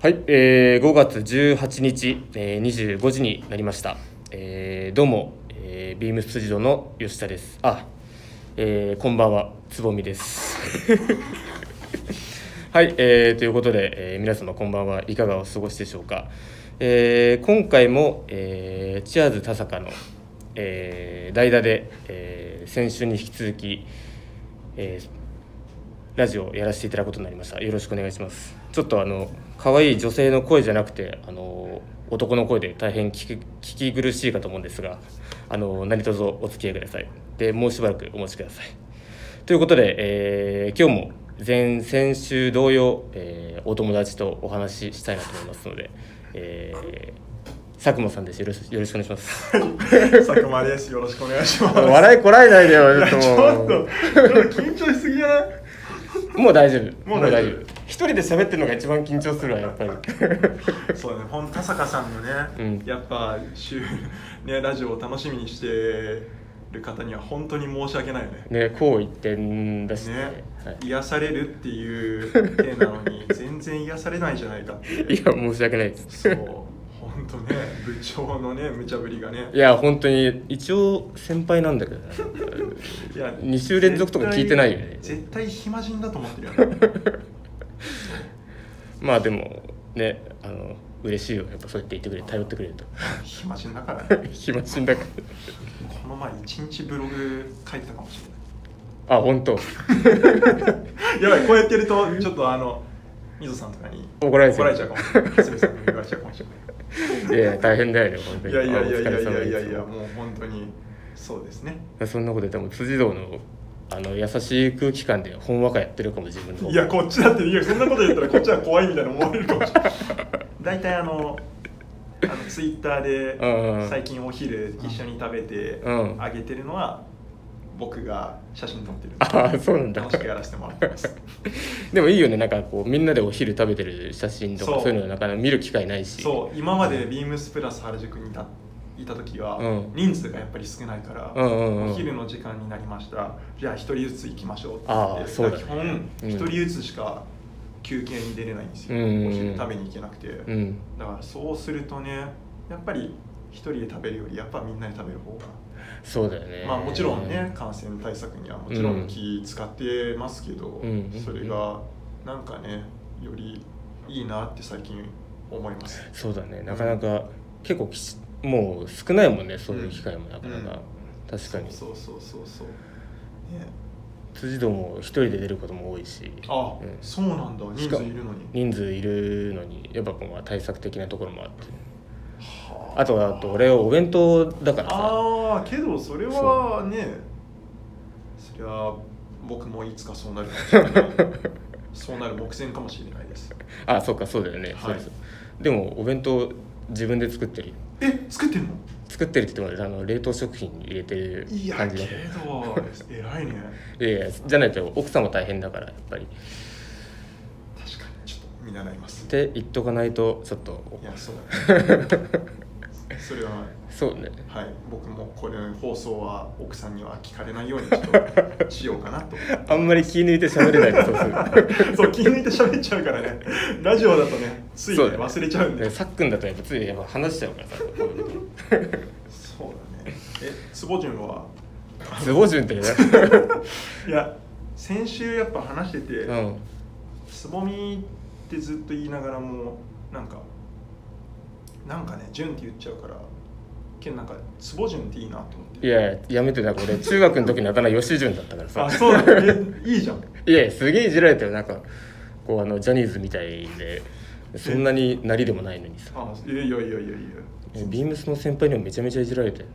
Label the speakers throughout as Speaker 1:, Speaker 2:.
Speaker 1: はい、えー、5月18日、えー、25時になりました、えー、どうも、えー、ビームス辻堂の吉田ですあ、えー、こんばんはつぼみです はい、えー、ということで、えー、皆様こんばんはいかがお過ごしでしょうか、えー、今回も、えー、チアーズ田坂の、えー、代打で、えー、先週に引き続き、えー、ラジオをやらせていただくことになりましたよろしくお願いしますちょっとあの可愛い女性の声じゃなくてあの男の声で大変聞き聞き苦しいかと思うんですがあの何卒お付き合いくださいでもうしばらくお待ちくださいということで、えー今日も前先週同様、えーお友達とお話ししたいなと思いますので、えー佐久間さんですよろしよろしくお願いします
Speaker 2: 佐久間です。よろしくお願いします。
Speaker 1: 笑いこらえないで
Speaker 2: い
Speaker 1: よ
Speaker 2: やちょっと、ちょっと緊張しすぎじゃない
Speaker 1: もう大丈夫
Speaker 2: もう大丈夫
Speaker 1: 一人で喋ってるのが一番緊張するわやっぱ り
Speaker 2: そうだね、ほん田坂さんのね、
Speaker 1: うん
Speaker 2: やっぱ週、ね、ラジオを楽しみにしてる方には本当に申し訳ないよね。
Speaker 1: ねこう言ってんだしね
Speaker 2: ね、
Speaker 1: はい
Speaker 2: 癒されるっていう体なの に、全然癒されないじゃないかっていう。
Speaker 1: いや申し訳ないです
Speaker 2: そう、本当ね、部長のね、無茶ぶりがね。
Speaker 1: いや本当に一応先輩なんだけどね
Speaker 2: いや
Speaker 1: 二週連続とか聞いてないよね
Speaker 2: 絶対絶対暇人だと思ってるよね。
Speaker 1: まあでもねあの嬉しいよやっぱそうやって言ってくれ頼ってくれると
Speaker 2: 暇人だから、ね。
Speaker 1: 暇人だか
Speaker 2: この前一日ブログ書いてたかもしれない。
Speaker 1: らあ本 当
Speaker 2: やばい、こ うやってると、ちょっとあの、みぞさんとかに
Speaker 1: 怒られちゃう
Speaker 2: 怒られちゃうかもしれ ない。すみさんに怒られちゃうかもしれ
Speaker 1: いやいや大変だよね本当に
Speaker 2: ない。いやいやいやい
Speaker 1: あ
Speaker 2: や
Speaker 1: お
Speaker 2: い
Speaker 1: 疲れ様
Speaker 2: や
Speaker 1: で
Speaker 2: い
Speaker 1: す
Speaker 2: やいや、もう本当に、そうですね。
Speaker 1: そんなこと言ったらもう辻堂のあの優しい空気感でほんわかやってるかも自分の方が
Speaker 2: いや、こっちだって、いや、そんなこと言ったら、こっちは怖いみたいな思われるかもしれない。 大体あの、あのツイッター
Speaker 1: うんうん
Speaker 2: で最近お昼一緒に食べて
Speaker 1: うん
Speaker 2: あげてるのは僕が写真撮ってるんで
Speaker 1: ああそうなんだ
Speaker 2: 楽しくやらせてもらってます
Speaker 1: でもいいよねなんかこうみんなでお昼食べてる写真とか
Speaker 2: そう
Speaker 1: そういうのなかなか見る機会ないし
Speaker 2: そう今までビームスプラス原宿にいたいた時は、
Speaker 1: うん
Speaker 2: 人数がやっぱり少ないから、
Speaker 1: うんうんうん
Speaker 2: お昼の時間になりましたじゃあ一人ずつ行きましょうって言
Speaker 1: あ
Speaker 2: っ
Speaker 1: あ
Speaker 2: て
Speaker 1: そうだね
Speaker 2: だから
Speaker 1: うん
Speaker 2: 基本一人ずつしか休憩に出れないんですよ、
Speaker 1: うんうんうん
Speaker 2: お昼食べに行けなくて、
Speaker 1: うん
Speaker 2: だからそうするとねやっぱり一人で食べるよりやっぱみんなで食べる方が、
Speaker 1: そうだよね
Speaker 2: まあもちろんね感染対策にはもちろん気使ってますけど、
Speaker 1: んうん
Speaker 2: それがなんかねよりいいなって最近思います
Speaker 1: そうだねなかなか結構きしもう少ないもんねそういう機会もなかなか、確かに
Speaker 2: そうそうそうそうね
Speaker 1: 辻堂も一人で出ることも多いし
Speaker 2: あ、
Speaker 1: うん
Speaker 2: そうなんだ
Speaker 1: し
Speaker 2: 人
Speaker 1: か
Speaker 2: 数いるのに
Speaker 1: 人数いるのにやっぱこうまあ対策的なところもあって
Speaker 2: は
Speaker 1: あとはあと俺お弁当だからさ
Speaker 2: ああけどそれはねそりゃ僕もいつかそうなるか もしれないそうなる目前かもしれないです
Speaker 1: あそうかそうだよね、
Speaker 2: はい
Speaker 1: そうですでもお弁当自分で作ってる
Speaker 2: え作ってんの
Speaker 1: 作ってるって言ってもあの冷凍食品に入れてる
Speaker 2: いや
Speaker 1: 感
Speaker 2: け
Speaker 1: じだ
Speaker 2: ど偉いね
Speaker 1: いやいやじゃないと奥さんも大変だからやっぱりっ
Speaker 2: 確かにちょっと見習います
Speaker 1: て言っとかないとちょっと
Speaker 2: いやそうだねそれは
Speaker 1: そうね
Speaker 2: はい僕もこれ放送は奥さんには聞かれないようにちょっとしようかなと
Speaker 1: あんまり気抜いて喋れないとそうする
Speaker 2: そう気抜いて喋っちゃうからねラジオだとねついね
Speaker 1: そうだね
Speaker 2: 忘れちゃうん で
Speaker 1: でさっくんだとやっぱついやっぱ話しちゃうからさこういう時
Speaker 2: そうだねえつぼじゅんは
Speaker 1: ズボジュンってね
Speaker 2: いや先週やっぱ話してて、
Speaker 1: うん
Speaker 2: つぼみってずっと言いながらもなんかなんかねじゅんって言っちゃうからけどなんかつぼじゅんっていいなと思って
Speaker 1: い
Speaker 2: い
Speaker 1: やいややめてなんか俺中学の時のあだ名吉潤だったからさ
Speaker 2: あそうだねえいいじゃん
Speaker 1: いやいやすげえいじられたよなんかこうあのジャニーズみたいでそんなになりでもないのにさ
Speaker 2: あいやいやいやいやいや
Speaker 1: ビームスの先輩にもめちゃめちゃいじられてなんか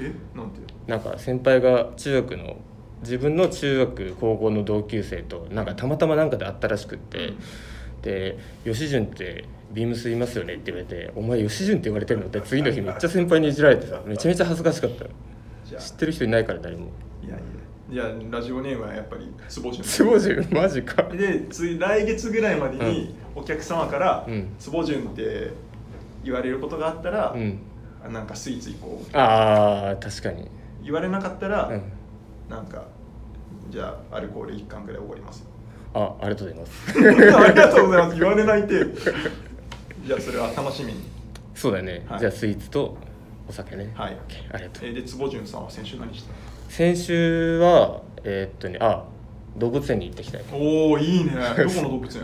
Speaker 2: えなんて
Speaker 1: なんか先輩が中学の自分の中学高校の同級生となんかたまたまなんかで会ったらしくって、で「吉潤ってビームスいますよね」って言われて「お前吉潤って言われてるの?」って次の日めっちゃ先輩にいじられてさめちゃめちゃ恥ずかしかった
Speaker 2: じゃ
Speaker 1: 知っ
Speaker 2: あ
Speaker 1: てる人いないから誰も
Speaker 2: いやいやいやラジオネームはやっぱりつぼじゅ
Speaker 1: 「
Speaker 2: ん
Speaker 1: つぼじゅんマジか」
Speaker 2: でつ来月ぐらいまでにお客様から
Speaker 1: うん
Speaker 2: 「つぼじゅん」って言われることがあったら、
Speaker 1: うん
Speaker 2: あなんかスイーツ行こう
Speaker 1: あー確かに
Speaker 2: 言われなかったら、
Speaker 1: うん
Speaker 2: なんかじゃあアルコール1缶ぐらいおごります
Speaker 1: あありがとうございます
Speaker 2: ありがとうございます言われないってじゃあそれは楽しみに
Speaker 1: そうだね、
Speaker 2: はい
Speaker 1: じゃあスイーツとお酒ね
Speaker 2: はい
Speaker 1: OK ありがとう
Speaker 2: えーで坪潤さんは先週何した
Speaker 1: 先週はえーっとねあ動物園に行ってきたい
Speaker 2: のおおいいね どこの動物園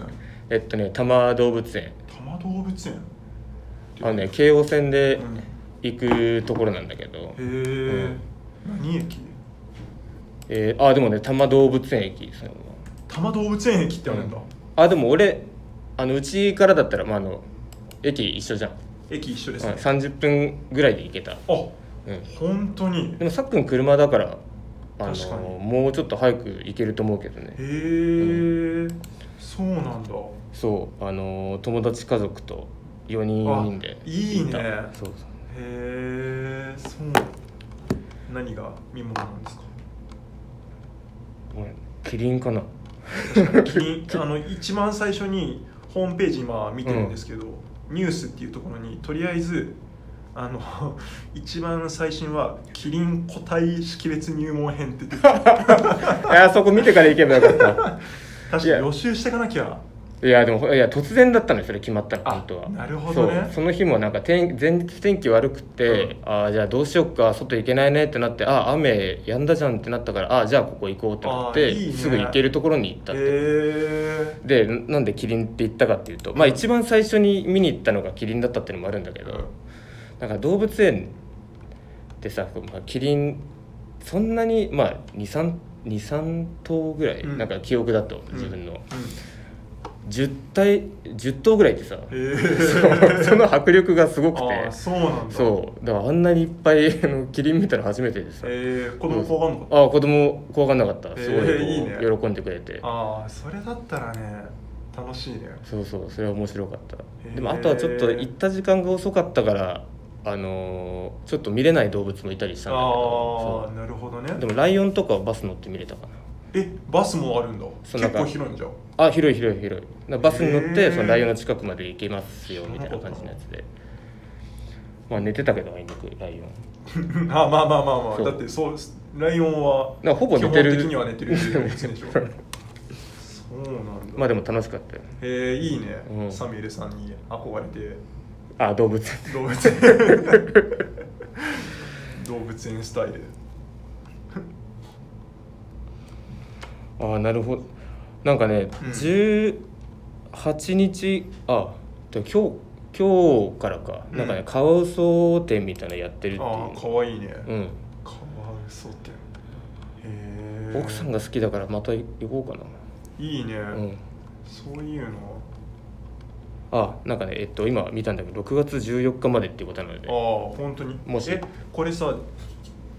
Speaker 1: えっとね多摩動物園
Speaker 2: 多摩動物園
Speaker 1: あのね京王線で
Speaker 2: うんへ
Speaker 1: 行くところなんだけど、
Speaker 2: え、何駅
Speaker 1: えーあでもね多摩動物園駅その
Speaker 2: 多摩動物園駅ってあるんだ、
Speaker 1: あでも俺あのうちからだったら、まあ、あの駅一緒じゃん、
Speaker 2: 駅一緒です
Speaker 1: うん
Speaker 2: ね、
Speaker 1: 30分ぐらいで行けた、
Speaker 2: あ
Speaker 1: うん、
Speaker 2: 本当に
Speaker 1: でもさっくん車だからあ
Speaker 2: 確か
Speaker 1: の
Speaker 2: に
Speaker 1: もうちょっと早く行けると思うけどね
Speaker 2: へえ、そうなんだ
Speaker 1: そうあの友達家族と4人4人で
Speaker 2: あいいね
Speaker 1: 行ったそうそう
Speaker 2: へえそう何が見物なん ですか
Speaker 1: ごめんキリンかな
Speaker 2: 気にあの一番最初にホームページ今見てるんですけど、ニュースっていうところにとりあえずあの 一番最新は「キリン個体識別入門編」 って出てる
Speaker 1: あそこ見てから行けばよかっ
Speaker 2: 確
Speaker 1: い
Speaker 2: か
Speaker 1: や
Speaker 2: に予習していかなきゃ
Speaker 1: たいやでもいや突然だったのよそれ決まったの
Speaker 2: あ
Speaker 1: 本当は
Speaker 2: なるほどね
Speaker 1: そうその日もなんか天前日天気悪くて、あーじゃあどうしよっか外行けないねってなってあー雨やんだじゃんってなったからあーじゃあここ行こうってなって
Speaker 2: あーいいね
Speaker 1: すぐ行けるところに行った
Speaker 2: へ
Speaker 1: って
Speaker 2: え
Speaker 1: でなんでキリンって言ったかっていうと、まあ、一番最初に見に行ったのがキリンだったっていうのもあるんだけど、なんか動物園ってさ、まあ、キリンそんなに、まあ、23頭ぐらい、
Speaker 2: うん
Speaker 1: なんか記憶だと
Speaker 2: うん
Speaker 1: 自分の、
Speaker 2: うん
Speaker 1: 10体10頭ぐらいってさ、
Speaker 2: へえ
Speaker 1: そうその迫力がすごく
Speaker 2: あ
Speaker 1: て
Speaker 2: あそうなんだ
Speaker 1: そうだからあんなにいっぱいあのキリン見たの初めてでさ、
Speaker 2: えー、子供怖がんのか
Speaker 1: ああ子供怖がんなかったすごい,、
Speaker 2: えーいいね
Speaker 1: 喜んでくれて
Speaker 2: ああそれだったらね楽しいね
Speaker 1: そうそうそれは面白かった
Speaker 2: へー
Speaker 1: でもあとはちょっと行った時間が遅かったからあのーちょっと見れない動物もいたりしたんだけ
Speaker 2: あ
Speaker 1: ど
Speaker 2: あなるほどね
Speaker 1: そうでもライオンとかはバス乗って見れたか
Speaker 2: えバスもあるんだ
Speaker 1: そう
Speaker 2: 結
Speaker 1: なんか
Speaker 2: 構広いん じゃん
Speaker 1: なあ広い広い広いなバスに乗っ
Speaker 2: へ
Speaker 1: て
Speaker 2: ー
Speaker 1: そのライオンの近くまで行けますよみたいな感じのやつでまあ寝てたけどあいにくライオン
Speaker 2: あまあまあまあまあ
Speaker 1: そう
Speaker 2: だってそうライオンは
Speaker 1: なんかほぼ寝てる
Speaker 2: 基本的には寝てる動物でし ょそうなんだ
Speaker 1: まあでも楽しかったよ
Speaker 2: えー、いいね、
Speaker 1: うん
Speaker 2: サミュエルさんに憧れて
Speaker 1: あ動物
Speaker 2: 動物園動物園スタイル
Speaker 1: ああなるほどなんかね、
Speaker 2: うん
Speaker 1: 18日あでも今日今日からか、なんかねカワウソ展みたいなのやってるっていう
Speaker 2: ああかわいいね、
Speaker 1: うん、
Speaker 2: カワウソってへえ
Speaker 1: 奥さんが好きだからまた行こうか
Speaker 2: いいね、
Speaker 1: な、うん、
Speaker 2: そういうの
Speaker 1: あなんかねえっと今見たんだけど6月14日までっていうことなの
Speaker 2: ああ
Speaker 1: で
Speaker 2: 本当に
Speaker 1: もし
Speaker 2: えこれさ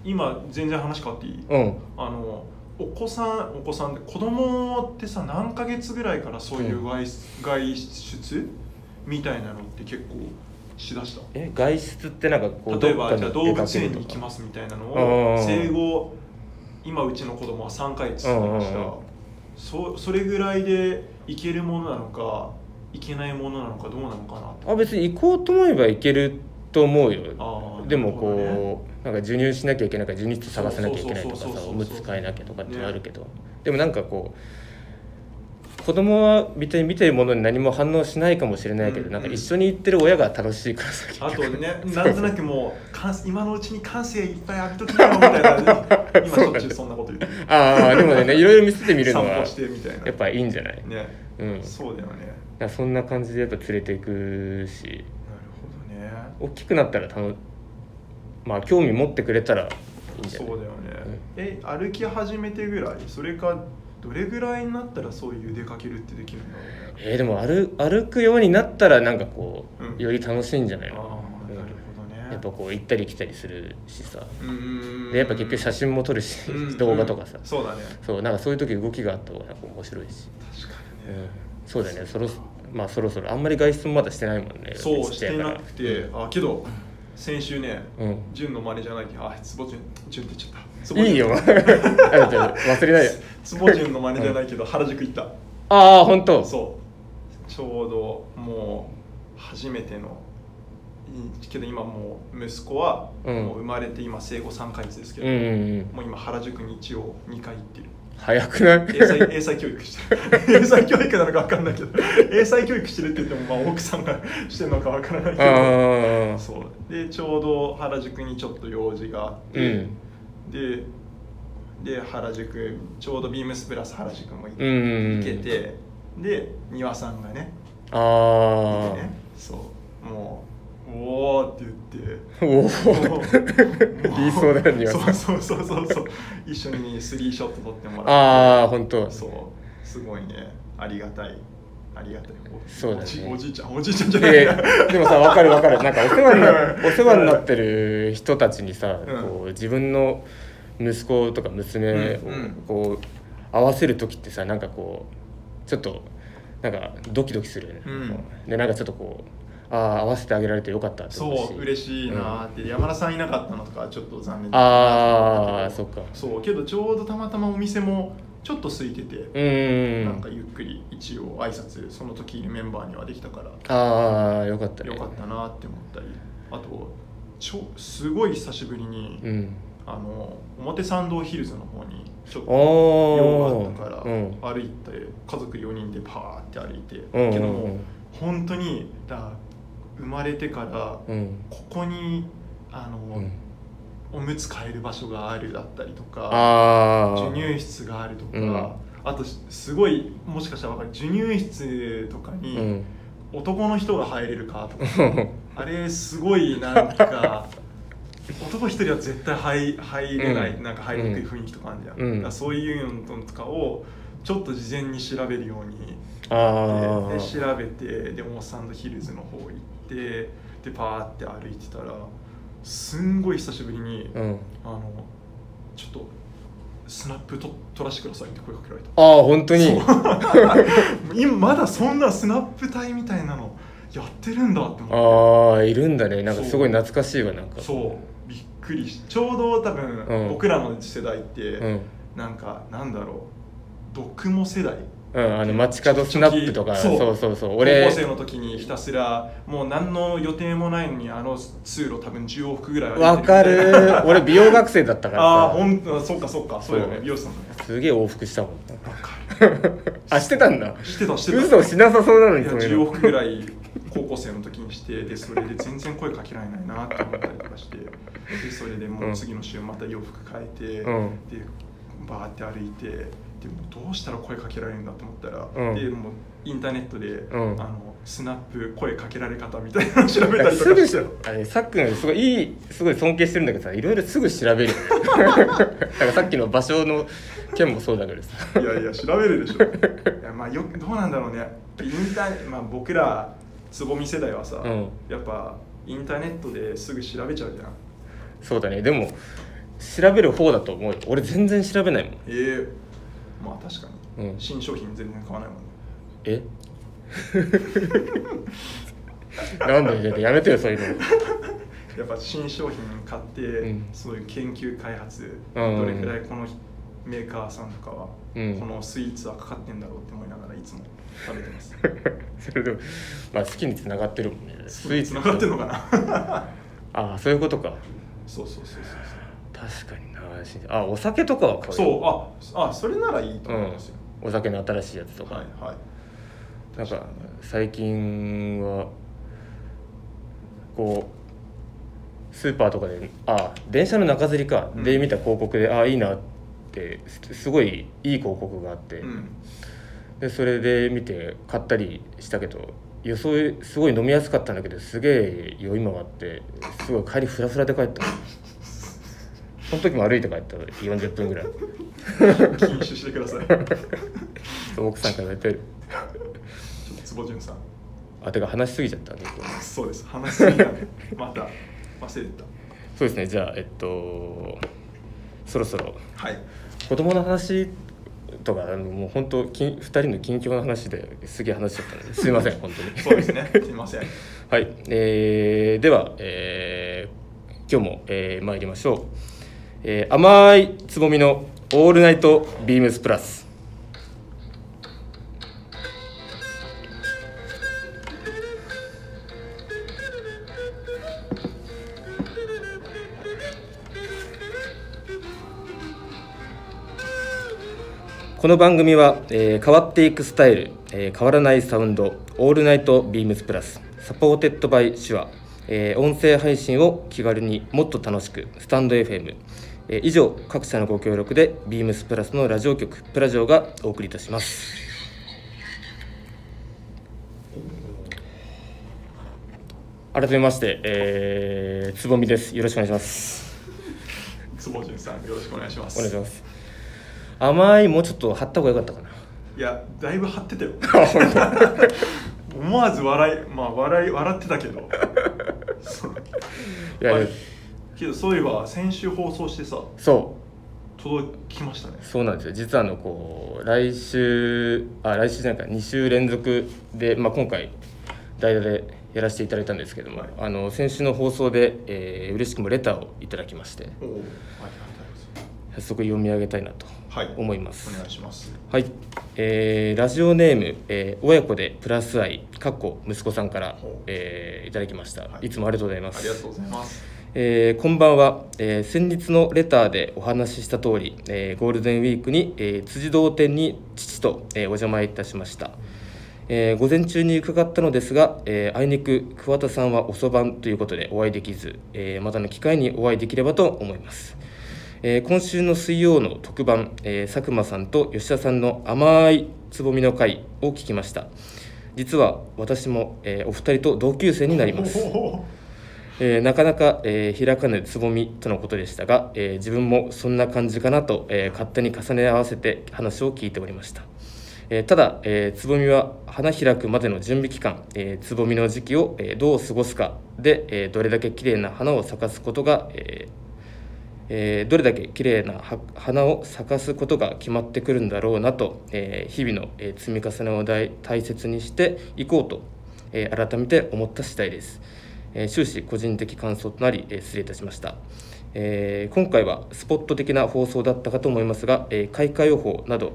Speaker 2: 今全然話変わっていい
Speaker 1: うん
Speaker 2: あのお子さんお子さんで子供ってさ何ヶ月ぐらいからそういう外,、外出みたいなのって結構しだした
Speaker 1: え外出ってなんかこう
Speaker 2: 例えばじゃあ動
Speaker 1: どっか
Speaker 2: 物園
Speaker 1: 出
Speaker 2: に行
Speaker 1: かける
Speaker 2: き
Speaker 1: とか
Speaker 2: ますみたいなの
Speaker 1: あ
Speaker 2: を
Speaker 1: ー
Speaker 2: 生後今うちの子供は3回って言ってました
Speaker 1: うんうんうん
Speaker 2: そそれぐらいで行けるものなのか行けないものなのかどうなのかなと
Speaker 1: あ別に行こうと思えば行けると思うよ
Speaker 2: あー
Speaker 1: でも
Speaker 2: なるほ
Speaker 1: こうなんか授乳しなきゃいけないから授乳室探さなきゃいけないとかさ
Speaker 2: そうそうそうそう
Speaker 1: おむつ替えなきゃとかってのあるけど、でもなんかこう子供は別に見てるものに何も反応しないかもしれないけど、
Speaker 2: うん
Speaker 1: なんか一緒に行ってる親が楽しいからさ
Speaker 2: あとね
Speaker 1: そう
Speaker 2: なんとなくもう感今のうちに感性いっぱい浴びときなよみたい な今しょっちゅうそんなこと言って
Speaker 1: ああでもねいろいろ見せてみるの
Speaker 2: 散
Speaker 1: は
Speaker 2: 歩してみたいな
Speaker 1: やっぱいいんじゃない、
Speaker 2: ね
Speaker 1: うん、だか
Speaker 2: そうだよね
Speaker 1: らそんな感じでやっぱ連れていくし
Speaker 2: なるほどね
Speaker 1: 大きくなったらたのまあ興味持ってくれたらいいんじゃない
Speaker 2: そうだよね、え歩き始めてぐらいそれかどれぐらいになったらそういう出かけるってできるんだろうね
Speaker 1: えーでも歩歩くようになったらなんかこう、
Speaker 2: うん
Speaker 1: より楽しいんじゃない
Speaker 2: あ
Speaker 1: の
Speaker 2: あなるほどね
Speaker 1: やっぱこう行ったり来たりするしさ
Speaker 2: うーん
Speaker 1: でやっぱ結局写真も撮るし、
Speaker 2: うん
Speaker 1: 動画とかさ、
Speaker 2: うんそうだね
Speaker 1: そうなんかそういう時動きがあった方がなんか面白いし、
Speaker 2: 確かに
Speaker 1: う
Speaker 2: ね
Speaker 1: ん、そうだよねそろそまあそろそろあんまり外出もまだしてないもんね
Speaker 2: そう
Speaker 1: ちっ
Speaker 2: し
Speaker 1: ちゃい
Speaker 2: て
Speaker 1: から
Speaker 2: なくてあけど先週ね
Speaker 1: うん
Speaker 2: 潤の真似じゃないけどあつぼじゅんじゅんって言っちゃった坪
Speaker 1: い
Speaker 2: 潤
Speaker 1: いよ あだって忘れないで
Speaker 2: つぼじゅんの真似じゃないけど原宿行った
Speaker 1: ああ本当
Speaker 2: そうちょうどもう初めてのいけど今もう息子は
Speaker 1: うん
Speaker 2: もう生まれて今生後3ヶ月ですけ
Speaker 1: うん
Speaker 2: ど、
Speaker 1: うんうん
Speaker 2: もう今原宿に一応2回行ってる
Speaker 1: 早くない
Speaker 2: 英才英才教育してる英才教育なのか分かんないけど英才教育してるって言っても、まあ、奥さんがしてるのか分からないけど
Speaker 1: ああ
Speaker 2: そうでちょうど原宿にちょっと用事があっ
Speaker 1: う
Speaker 2: て、
Speaker 1: ん
Speaker 2: でで原宿ちょうどビームスプラス原宿も行
Speaker 1: うんうんうん
Speaker 2: 行けて、で庭さんがねいて
Speaker 1: あ
Speaker 2: ねそうもう「おお」って言って
Speaker 1: あおお
Speaker 2: もう
Speaker 1: 理想だよ庭さん
Speaker 2: そうそうそうそうそう一緒にスリーショット撮ってもらって
Speaker 1: ああ本当
Speaker 2: そうすごいねありがたいありがたいお
Speaker 1: そうだね
Speaker 2: おじおじいちゃんおじいちゃんじゃない
Speaker 1: ででもさ分かる分かるなんかお世話に
Speaker 2: うん
Speaker 1: なお世話になってる人たちにさ、
Speaker 2: うん
Speaker 1: こう自分の息子とか娘を
Speaker 2: うんうん
Speaker 1: こう合わせる時ってさなんかこうちょっとなんかドキドキするよね、
Speaker 2: う
Speaker 1: でなんかちょっとこうああ合わせてあげられてよかったって思うし
Speaker 2: そう嬉しいなーって、山田さんいなかったのとかちょっと残念だ
Speaker 1: ああそっか
Speaker 2: そうけどちょうどたまたまお店もちょっと空いてて、
Speaker 1: うーん
Speaker 2: なんかゆっくり一応挨拶その時いるメンバーにはできたから
Speaker 1: ああよかったね
Speaker 2: よかったなって思ったりあとちょすごい久しぶりに、
Speaker 1: うん
Speaker 2: あの表参道ヒルズの方にちょっと用
Speaker 1: お
Speaker 2: があったから
Speaker 1: うん
Speaker 2: 歩いて、家族4人でパーって歩いて、
Speaker 1: うん
Speaker 2: けど
Speaker 1: う
Speaker 2: も
Speaker 1: ん
Speaker 2: 本当にだ生まれてから
Speaker 1: うん
Speaker 2: ここにあの、
Speaker 1: うん
Speaker 2: おむつ替える場所があるだったりとか
Speaker 1: ああ
Speaker 2: 授乳室があると
Speaker 1: う
Speaker 2: か、
Speaker 1: ん
Speaker 2: あとしすごいもしかしたらわかる授乳室とか
Speaker 1: う
Speaker 2: に
Speaker 1: ん
Speaker 2: 男の人が入れるか とか、あれすごいなんか男一人は絶対入入れない、
Speaker 1: うん
Speaker 2: なんか入りにくい雰囲気とかあるじゃん、
Speaker 1: うん
Speaker 2: だからそういうのとかをちょっと事前に調べるように
Speaker 1: あ
Speaker 2: でで
Speaker 1: あ
Speaker 2: 調べてでモーサンドヒルズの方行ってでパーって歩いてたらすんごい久しぶりに、
Speaker 1: うん
Speaker 2: あのちょっとスナップと撮らせてくださいって声かけられた
Speaker 1: ああ本当に
Speaker 2: 今まだそんなスナップ隊みたいなのやってるんだって思っ
Speaker 1: ああいるんだねなんかすごい懐かしいわなんか
Speaker 2: てそうびっくりしちょうど多分、
Speaker 1: うん
Speaker 2: 僕らの世代って、
Speaker 1: うん、
Speaker 2: なんかなんだろうドクモ世代
Speaker 1: うん、あの街角スナップとか
Speaker 2: ちょちょ
Speaker 1: そうそうそう
Speaker 2: 高校
Speaker 1: 俺
Speaker 2: 生の時にひたすらもう何の予定もないのにあの通路多分10往復ぐらい歩いて
Speaker 1: わかる 俺美容学生だったから
Speaker 2: ああーほ
Speaker 1: さ
Speaker 2: んとそうかそうかそうよね
Speaker 1: そう
Speaker 2: 美容師さんのね
Speaker 1: すげえ往復したもん
Speaker 2: わか
Speaker 1: あしてたんだ
Speaker 2: るしてたしてた
Speaker 1: 嘘しなさそうなの
Speaker 2: い
Speaker 1: に
Speaker 2: や
Speaker 1: そうい
Speaker 2: 10
Speaker 1: う
Speaker 2: 往
Speaker 1: の
Speaker 2: 復ぐらい高校生の時にしてでそれで全然声かけられないなって思ったりとかしてでそれでもう次の週また洋服変えて、
Speaker 1: うん
Speaker 2: でバーって歩いてでもうどうしたら声かけられるんだと思ったら、
Speaker 1: うん
Speaker 2: でもうインターネットで、
Speaker 1: うん
Speaker 2: あのスナップ声かけられ方みたいなのを調べたりと
Speaker 1: す
Speaker 2: か
Speaker 1: ぐ
Speaker 2: し
Speaker 1: してあれさっきのすごいいいすごい尊敬してるんだけどさいろいろすぐ調べる だからさっきの場所の件もそうだけどさ
Speaker 2: いやいや調べるでしょいやまあよくどうなんだろうねインターネまあ僕らつぼみ世代はさ、
Speaker 1: うん
Speaker 2: やっぱインターネットですぐ調べちゃうじゃん
Speaker 1: そうだねでも調べる方だと思うよ俺全然調べないもん
Speaker 2: ええまあ確かに、
Speaker 1: うん
Speaker 2: 新商品全然買わないもんね
Speaker 1: え なんでやめてよそういうの
Speaker 2: やっぱ新商品買って、
Speaker 1: ん
Speaker 2: そういう研究開発、
Speaker 1: うん
Speaker 2: どれくらいこのメーカーさんとかは、
Speaker 1: うん
Speaker 2: このスイーツはかかってんだろうって思いながらいつも食べてます
Speaker 1: それでもまあ好きに繋がってるもんね
Speaker 2: スイーツながってんのかな
Speaker 1: ああそういうことか
Speaker 2: そうそうそうそう
Speaker 1: 確かになあお酒とかは買う
Speaker 2: そう
Speaker 1: よ
Speaker 2: そうああそれならいいと
Speaker 1: う
Speaker 2: 思い
Speaker 1: ん
Speaker 2: ますよ、
Speaker 1: お酒の新しいやつとか、
Speaker 2: はいはい
Speaker 1: なんか最近はこうスーパーとかであ電車の中吊りか、
Speaker 2: うん
Speaker 1: で見た広告であいいなってすすごいいい広告があって、
Speaker 2: うん
Speaker 1: でそれで見て買ったりしたけど予想すごい飲みやすかったんだけどすげえ酔い回ってすごい帰りフラフラで帰ったその時も歩いて帰った40分ぐらい
Speaker 2: 禁酒してくださ いちょっ
Speaker 1: 奥さんから言われて
Speaker 2: と坪潤さん
Speaker 1: あてか話しすぎちゃったねこれ
Speaker 2: そうです話しすぎたねまた忘れて
Speaker 1: そうですねじゃあえっとそろそろ
Speaker 2: たはい
Speaker 1: 子供の話とかあのもう本当きん2人の近況の話ですげえ話しちゃった のですいません本当に
Speaker 2: そうですねすいません
Speaker 1: はい、えーでは、えー今日も、えー参りましょう、えー甘いつぼみの「オールナイトビームスプラス」この番組は、えー変わっていくスタイル、えー変わらないサウンドオールナイトビームスプラスサポーテッドバイシュア、えー音声配信を気軽にもっと楽しくスタンド FM、えー以上各社のご協力でビームスプラスのラジオ局プラジオがお送りいたします改めまして、えー、つぼみですよろしくお願いします
Speaker 2: 坪淳さんよろしくお願いします
Speaker 1: お願いします甘いもうちょっと貼った方が良かったかない
Speaker 2: やだいぶ 張ってたよ 思わず笑いまあ笑い笑ってたけどそう
Speaker 1: いやいや
Speaker 2: はいけどそういえば先週放送してさ
Speaker 1: そ
Speaker 2: 届きましたね
Speaker 1: うそうなんですよ実はあのこう来週あ来週じゃないか2週連続で、まあ、今回代打でやらせていただいたんですけども、
Speaker 2: はい
Speaker 1: あの先週の放送で、えー嬉しくもレターをいただきまして
Speaker 2: おおありがとうございます
Speaker 1: 早速読み上げたいなと
Speaker 2: はい
Speaker 1: 思います、
Speaker 2: お願いします
Speaker 1: はい、えーラジオネーム、えー親子でプラス愛かっこ息子さんから
Speaker 2: ほう、
Speaker 1: えーいただきました、
Speaker 2: はい
Speaker 1: い、つもありがとうございます
Speaker 2: ありがとうございます
Speaker 1: えーこんばんは、えー先日のレターでお話しした通り、えーゴールデンウィークに、えー辻堂店に父と、えーお邪魔いたしました、えー午前中に伺ったのですが、えーあいにく桑田さんは遅番ということでお会いできず、えーまたの機会にお会いできればと思います、えー今週の水曜の特番、えー佐久間さんと吉田さんの甘いつぼみの会を聞きました実は私も、えーお二人と同級生になります
Speaker 2: おお
Speaker 1: えーなかなか、えー開かぬつぼみとのことでしたが、えー自分もそんな感じかなと、えー勝手に重ね合わせて話を聞いておりました、えーただ、えーつぼみは花開くまでの準備期間、えーつぼみの時期を、えーどう過ごすかで、えーどれだけ綺麗な花を咲かすことが、えーえーどれだけ綺麗なは花を咲かすことが決まってくるんだろうなと、えー日々の、えー積み重ねを大大切にしていこうと、えー改めて思った次第です、えー終始個人的感想となり、えー失礼いたしました、えー今回はスポット的な放送だったかと思いますが、えー開花予報など、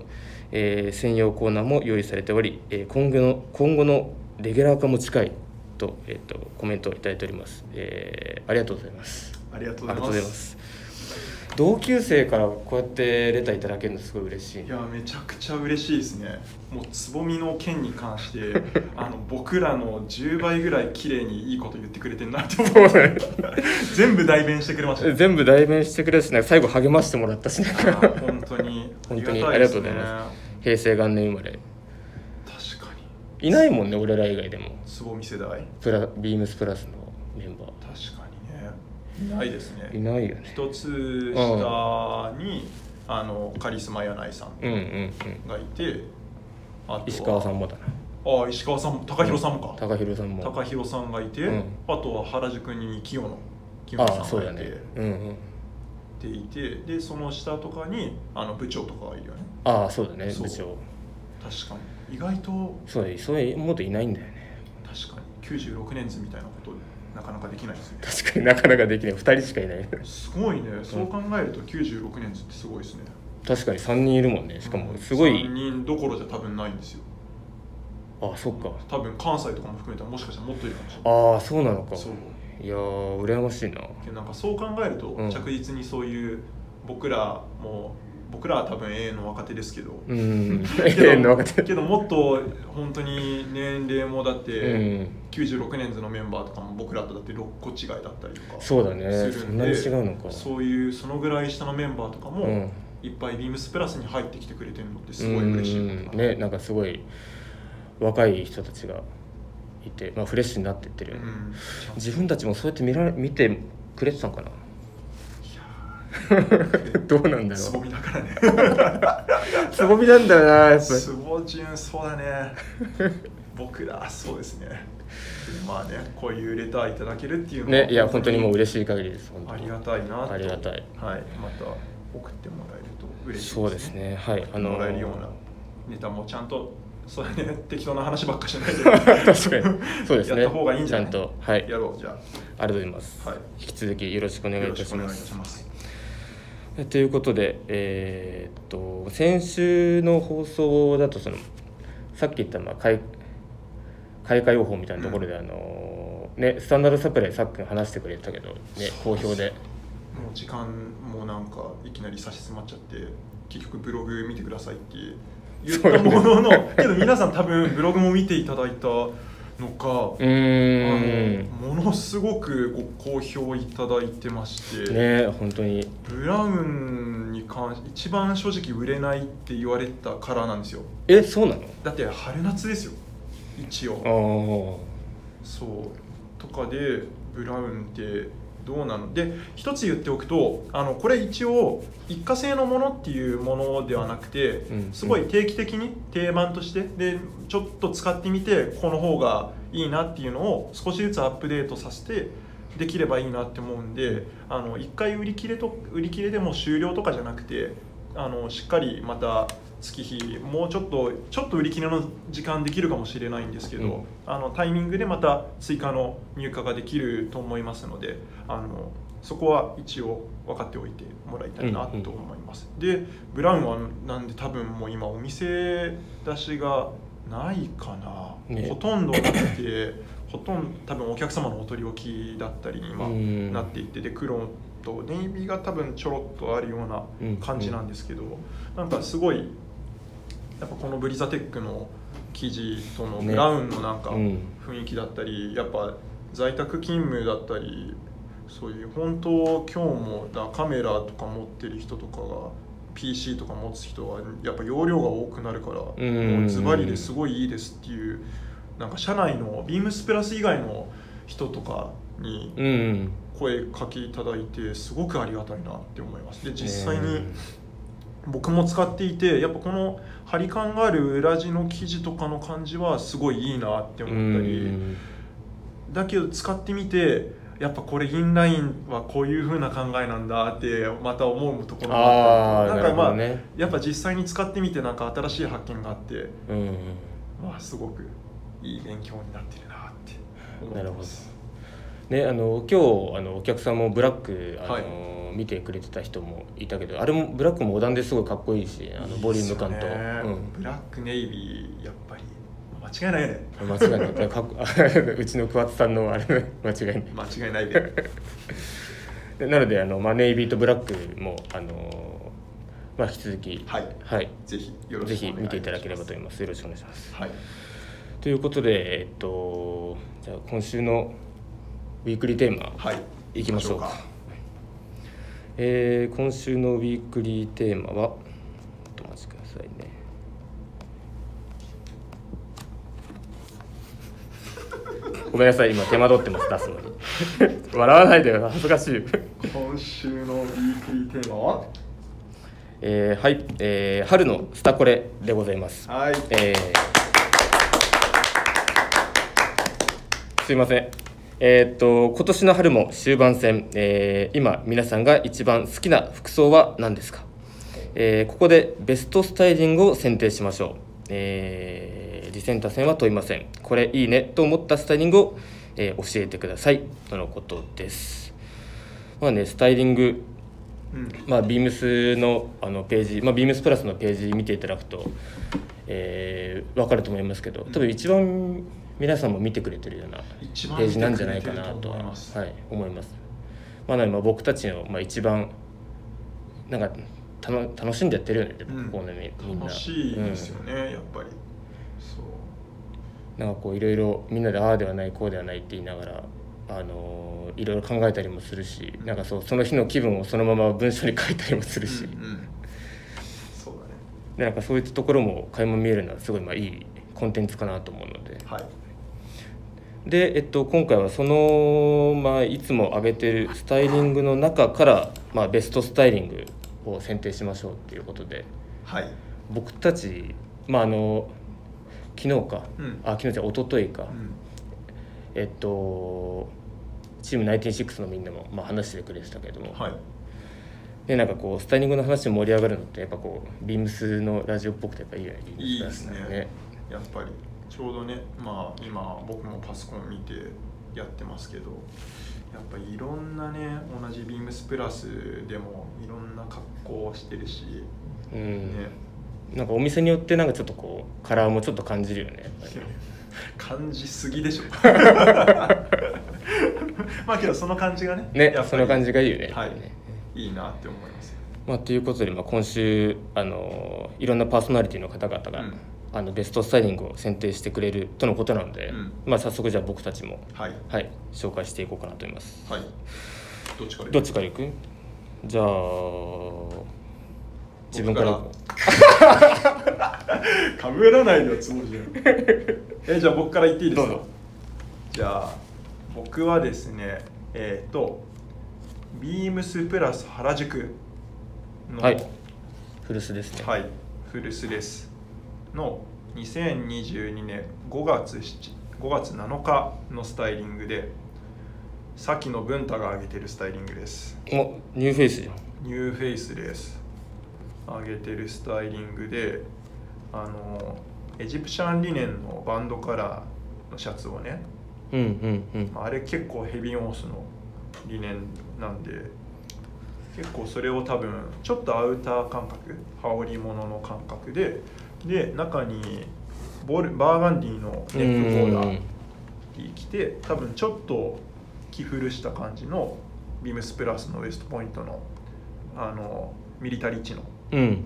Speaker 1: えー専用コーナーも用意されており、えー今後の今後のレギュラー化も近いと,、えーとコメントをいただいております、えーありがとうございます
Speaker 2: ありがとう
Speaker 1: あ
Speaker 2: ご
Speaker 1: りが
Speaker 2: ざ
Speaker 1: と
Speaker 2: いうま
Speaker 1: ご
Speaker 2: す
Speaker 1: ざいます。同級生からこうやってレターいただけるのすごい嬉しい
Speaker 2: い。やめちゃくちゃ嬉しいですねもうつぼみの件に関して あの僕らの10倍ぐらい綺麗にいいこと言ってくれてんなと思う
Speaker 1: そうね
Speaker 2: 全部代弁してくれましたね
Speaker 1: 全部代弁してくれたし、なんか最後励ましてもらったし、なん
Speaker 2: あ
Speaker 1: か
Speaker 2: ー本当に
Speaker 1: 本当に
Speaker 2: たですね
Speaker 1: ありがとうござい平成元年生まれ。
Speaker 2: 確かに
Speaker 1: いないもんね、俺ら以外でも。
Speaker 2: つぼみ世代確
Speaker 1: プラビームスプラスのメンバ
Speaker 2: かにねいないです
Speaker 1: ー。い
Speaker 2: ね
Speaker 1: ないよね。
Speaker 2: 一つ下にあのカリスマ柳井さ
Speaker 1: うん
Speaker 2: ん
Speaker 1: うんうん。
Speaker 2: がいてあとは
Speaker 1: 石川さんもだな。
Speaker 2: ああ石川さんも高弘さんもか、
Speaker 1: 高弘さんも。
Speaker 2: 高弘さんがいて、
Speaker 1: うん
Speaker 2: あとは原宿に清野清野
Speaker 1: ああ、
Speaker 2: さ
Speaker 1: そ
Speaker 2: ん
Speaker 1: う
Speaker 2: が
Speaker 1: だ
Speaker 2: い
Speaker 1: ねう
Speaker 2: て、。
Speaker 1: んうん。
Speaker 2: でいてでその下とかにあの部長とかがいるよね
Speaker 1: ああ、そうだね、
Speaker 2: そう
Speaker 1: 部長。
Speaker 2: 確かに意外と
Speaker 1: そうだよそういうもっといないんだよね。
Speaker 2: 確かに96年図みたいなことなかなかできないですね
Speaker 1: 確かになかなかできない。二人しかいない。
Speaker 2: すごいねそう考えると96年図ってすごいですね
Speaker 1: 確かに三人いるもんね。しかも、すごい
Speaker 2: 3。人どころじゃ多分ないんですよ
Speaker 1: ああ、そっか。
Speaker 2: 多分関西とかも含めたらもしかしたらもっといるかもしれない
Speaker 1: ああ、そうなのか。
Speaker 2: そう
Speaker 1: いやー羨ましいな
Speaker 2: でなんかそう考えると、
Speaker 1: うん
Speaker 2: 着実にそういう僕らも僕らは多分永遠の若手ですけど、
Speaker 1: うん
Speaker 2: けど
Speaker 1: 永遠の若手
Speaker 2: けどもっと本当に年齢もだっ
Speaker 1: う
Speaker 2: て、
Speaker 1: ん
Speaker 2: 96年図のメンバーとかも僕らとだって6個違いだったりとか
Speaker 1: そうだね
Speaker 2: す
Speaker 1: そ
Speaker 2: る
Speaker 1: ん
Speaker 2: ん
Speaker 1: なに
Speaker 2: で
Speaker 1: 違うのか
Speaker 2: そういうそのぐらい下のメンバーとかも、
Speaker 1: うん
Speaker 2: いっぱいビームスプラスに入ってきてくれてるのってすごい嬉しい
Speaker 1: うんねなんかすごい若い人たちがいて、まあ、フレッシュになってってる
Speaker 2: う
Speaker 1: よね、
Speaker 2: ん
Speaker 1: 自分たちもそうやって見られ見てくれてたんか な
Speaker 2: い
Speaker 1: どうなんだ
Speaker 2: や
Speaker 1: ろ
Speaker 2: つぼみだから ね
Speaker 1: うつぼみなんだよなやっぱり
Speaker 2: つぼじゅんそうだね僕らそうですねまあねこういうレターいただけるっていうのは
Speaker 1: ねいや本当にもう嬉しい限りです本当
Speaker 2: あ
Speaker 1: に
Speaker 2: りがたいなと
Speaker 1: ありがたい
Speaker 2: はいまた送ってもらえると嬉しいです、
Speaker 1: そうですねはいあ
Speaker 2: あの
Speaker 1: の
Speaker 2: もらえるようなネタもちゃんとそうだね適当な話ばっかしない で
Speaker 1: 確かにそうですね
Speaker 2: やった方がいいんじ
Speaker 1: ち
Speaker 2: ゃ
Speaker 1: ゃ
Speaker 2: ない
Speaker 1: んとはいあり
Speaker 2: やろうじゃ
Speaker 1: がとうございます、
Speaker 2: はい
Speaker 1: 引き続きよろしくお
Speaker 2: あ
Speaker 1: 願い
Speaker 2: よ
Speaker 1: い
Speaker 2: ろ
Speaker 1: た
Speaker 2: し
Speaker 1: し
Speaker 2: くお願
Speaker 1: ま
Speaker 2: いいた
Speaker 1: す
Speaker 2: します
Speaker 1: えということで、えーっと先週の放送だとそのさっき言ったまあ開開花予報みたいなところで、あのーね、スタンダードサプライさっくん話してくれてたけど、ね、好評で
Speaker 2: もう時間もなんかいきなり差し迫っちゃって結局ブログ見てくださいって言ったものの、けど皆さん多分ブログも見ていただいたのか、
Speaker 1: うーん
Speaker 2: あのものすごくご好評いただいてまして、
Speaker 1: ね本当に
Speaker 2: ブラウンに関し一番正直売れないって言われたカラーなんですよ
Speaker 1: えそうなの
Speaker 2: だって春夏ですよ一応
Speaker 1: あ
Speaker 2: そうとかでブラウンってどうなので一つ言っておくとあのこれ一応一過性のものっていうものではなくて、
Speaker 1: うん
Speaker 2: すごい定期的に定番としてでちょっと使ってみてこの方がいいなっていうのを少しずつアップデートさせてできればいいなって思うんであの1回売り切れと売り切れでもう終了とかじゃなくてあのしっかりまた月日もうちょっとちょっと売り切れの時間できるかもしれないんですけど、
Speaker 1: うん
Speaker 2: あのタイミングでまた追加の入荷ができると思いますのであのそこは一応分かっておいてもらいたいなと思います、でブラウンはなんで多分もう今お店出しがないかな、
Speaker 1: ね
Speaker 2: ほとんどなくてほとんど多分お客様のお取り置きだったりに今
Speaker 1: うん
Speaker 2: なっていってで黒とネイビーが多分ちょろっとあるような感じなんですけど、なんかすごいやっぱこのブリザテックの生地との
Speaker 1: ね
Speaker 2: ブラウンのなんか
Speaker 1: あうん
Speaker 2: 雰囲気だったり、やっぱ在宅勤務だったりそういう本当今日もだカメラとか持ってる人とかが PC とか持つ人はやっぱ容量が多くなるから、
Speaker 1: ん
Speaker 2: もうズバリですごいいいですっていうなんか社内のビームスプラス以外の人とかに
Speaker 1: うんうん
Speaker 2: 声かけいただいてすごくありがたいなって思います。で実際
Speaker 1: ね
Speaker 2: に僕も使っていてやっぱこの張り感がある裏地の生地とかの感じはすごいいいなって思った
Speaker 1: う
Speaker 2: り
Speaker 1: ん
Speaker 2: だけど使ってみてやっぱこれインラインはこういう風な考えなんだってまた思うところが
Speaker 1: あ
Speaker 2: あ
Speaker 1: あ
Speaker 2: ったり
Speaker 1: な
Speaker 2: と
Speaker 1: る
Speaker 2: か
Speaker 1: ほど
Speaker 2: なんかまあ
Speaker 1: ね
Speaker 2: やっぱ実際に使ってみてなんか新しい発見があって
Speaker 1: うん
Speaker 2: まあすごくいい勉強になってるなって思
Speaker 1: な
Speaker 2: って
Speaker 1: るほ
Speaker 2: ま
Speaker 1: ど
Speaker 2: す
Speaker 1: ねあの今日あのお客さんもブラックあの、
Speaker 2: はい
Speaker 1: 見てくれてた人もいたけどあれもブラックもモダンですごいかっこいいしあのボリューム感
Speaker 2: いい
Speaker 1: と
Speaker 2: っすよね
Speaker 1: うん
Speaker 2: ブラックネイビーやっぱり間違いないね
Speaker 1: 間違いないだ からかっこうちの桑田さんのあれ 間違いない
Speaker 2: 間違いないで
Speaker 1: でなのであの、まあ、ネイビーとブラックもあの、まあ、引き続き
Speaker 2: はい
Speaker 1: はい、
Speaker 2: ぜひよろ
Speaker 1: ぜ
Speaker 2: しくお
Speaker 1: ひ
Speaker 2: 願いします
Speaker 1: 見ていただければと思いますよろしくお願いします
Speaker 2: はい
Speaker 1: ということでえっとじゃあ今週のウィークリーテーマ
Speaker 2: はい
Speaker 1: いきましょうかえー今週のウィークリーテーマはちょっとお待ちくださいね ごめんなさい今手間取ってます出すのに 笑わないでよ恥ずかしい
Speaker 2: 今週のウィークリーテーマは
Speaker 1: えーはい、えー春のスタコレでございます。
Speaker 2: はい
Speaker 1: えーすいません。えーっと今年の春も終盤戦、えー今皆さんが一番好きな服装は何ですか、えーここでベストスタイリングを選定しましょう、えー、次戦他戦は問いませんこれいいねと思ったスタイリングを、えー教えてくださいとのことですまあねスタイリング
Speaker 2: うん
Speaker 1: まあ、ビームスのあのページ、まあ、ビームスプラスのページ見ていただくと、えー、分かると思いますけど多分一番皆さんも見てくれてるような
Speaker 2: 一番
Speaker 1: ページなんじゃないかなとは
Speaker 2: 見てくれてると思います
Speaker 1: はい、思います。まあ、なのでまあ僕たちの、まあ、一番なんかたの楽しんでやってるよね、でも
Speaker 2: うん
Speaker 1: ここのみみんな
Speaker 2: 楽しいですよね、やっぱりそう
Speaker 1: うん、なんかこういろいろみんなでああではないこうではないって言いながら、あのーいろいろ考えたりもするしなんかそうその日の気分をそのまま文章に書いたりもするし。
Speaker 2: うんうんそうだね
Speaker 1: でなんかそういったところも垣間見えるのはすごいまあいいコンテンツかなと思うので
Speaker 2: はい
Speaker 1: で、えっと、今回はその、まあ、いつも上げてるスタイリングの中から、まあ、ベストスタイリングを選定しましょうっていうことで
Speaker 2: はい
Speaker 1: 僕たち、まあ、あの昨日か、
Speaker 2: うん
Speaker 1: あ昨日じゃ一昨日か、
Speaker 2: うん
Speaker 1: えっとチーム96のみんなも、まあ、話してくれてたけども、
Speaker 2: はい
Speaker 1: でなんかこうスタイリングの話で盛り上がるのってやっぱこうビームスのラジオっぽくてやっぱいいよねビームスプラスなん
Speaker 2: いいですねやっぱりちょうどねまあ今僕もパソコン見てやってますけどやっぱいろんなね同じビームスプラスでもいろんな格好をしてるし、
Speaker 1: うん
Speaker 2: ね
Speaker 1: なんかお店によってなんかちょっとこうカラーもちょっと感じるよねやっぱりね
Speaker 2: 感じすぎで しょまあけどその感じがね
Speaker 1: ね
Speaker 2: やっぱり
Speaker 1: その感じがいいよね
Speaker 2: は
Speaker 1: やっ
Speaker 2: い
Speaker 1: ぱりね
Speaker 2: いいなって思います
Speaker 1: まあ、ということで、まあ、今週あのいろんなパーソナリティの方々が、
Speaker 2: うん
Speaker 1: あのベストスタイリングを選定してくれるとのことなので、
Speaker 2: うん
Speaker 1: まあ、早速じゃあ僕たちも、
Speaker 2: はい
Speaker 1: はい、紹介していこうかなと思います。
Speaker 2: はいどっちから
Speaker 1: どっちから行くじゃあ自分から
Speaker 2: 僕かぶらないのつもり じゃんえじゃあ僕から言っていいです
Speaker 1: どう
Speaker 2: か
Speaker 1: ぞ
Speaker 2: じゃあ僕はですねえっ、とビームスプラス原宿の
Speaker 1: はい古巣ですね。
Speaker 2: はい、古巣ですの2022年5月 7, 5月7日のスタイリングでさっきの文太が上げてるスタイリングです
Speaker 1: おニューフェイスじゃん。
Speaker 2: ニューフェイスです上げてるスタイリングであのエジプシャンリネンのバンドカラーのシャツをね
Speaker 1: うんうんうん。
Speaker 2: まああれ結構ヘビーオースの理念なんで結構それを多分ちょっとアウター感覚羽織物の感覚でで中にボルバーガンディのネックコーラーに着て多分ちょっと着古した感じのビームスプラスのウエストポイントのあのミリタリーチの
Speaker 1: うん。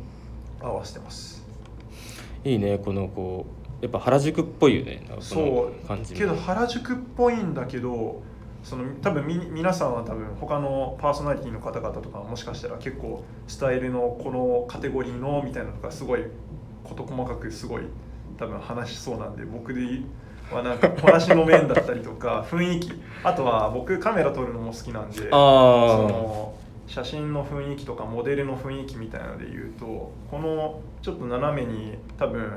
Speaker 2: 合わせてます
Speaker 1: いいねこのこうやっぱ原宿っぽいよねなんか
Speaker 2: そ
Speaker 1: この感
Speaker 2: う
Speaker 1: じも
Speaker 2: けど原宿っぽいんだけどその多分み皆さんは多分他のパーソナリティの方々とかもしかしたら結構スタイルのこのカテゴリーのみたいなのがすごい事細かくすごい多分話しそうなんで僕ではなんか話の面だったりとか 雰囲気あとは僕カメラ撮るのも好きなん
Speaker 1: あ
Speaker 2: でその写真の雰囲気とかモデルの雰囲気みたいなので言うとこのちょっと斜めに多分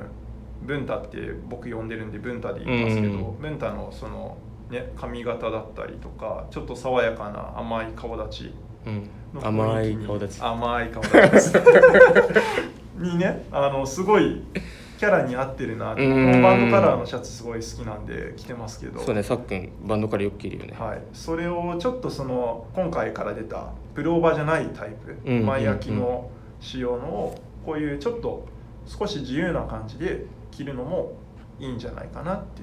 Speaker 2: 文太って僕呼んでるんで文太で言いますけど、
Speaker 1: うん
Speaker 2: 文太のその、ね、髪型だったりとかちょっと爽やかな甘い顔立ち
Speaker 1: あ、うん
Speaker 2: の、
Speaker 1: 甘
Speaker 2: 雰囲
Speaker 1: い
Speaker 2: 気に
Speaker 1: 顔立ち
Speaker 2: 甘い顔立ちですにねあのすごいキャラに合ってるなってこ
Speaker 1: うん
Speaker 2: のバンドカラーのシャツすごい好きなんで着てますけど
Speaker 1: そうねさっくんバンドからよく着るよね、
Speaker 2: はい、それをちょっとその今回から出たプローバーじゃないタイプ、
Speaker 1: うん
Speaker 2: 前焼きの仕様のをこういうちょっと少し自由な感じで着るのもいいんじゃないかなって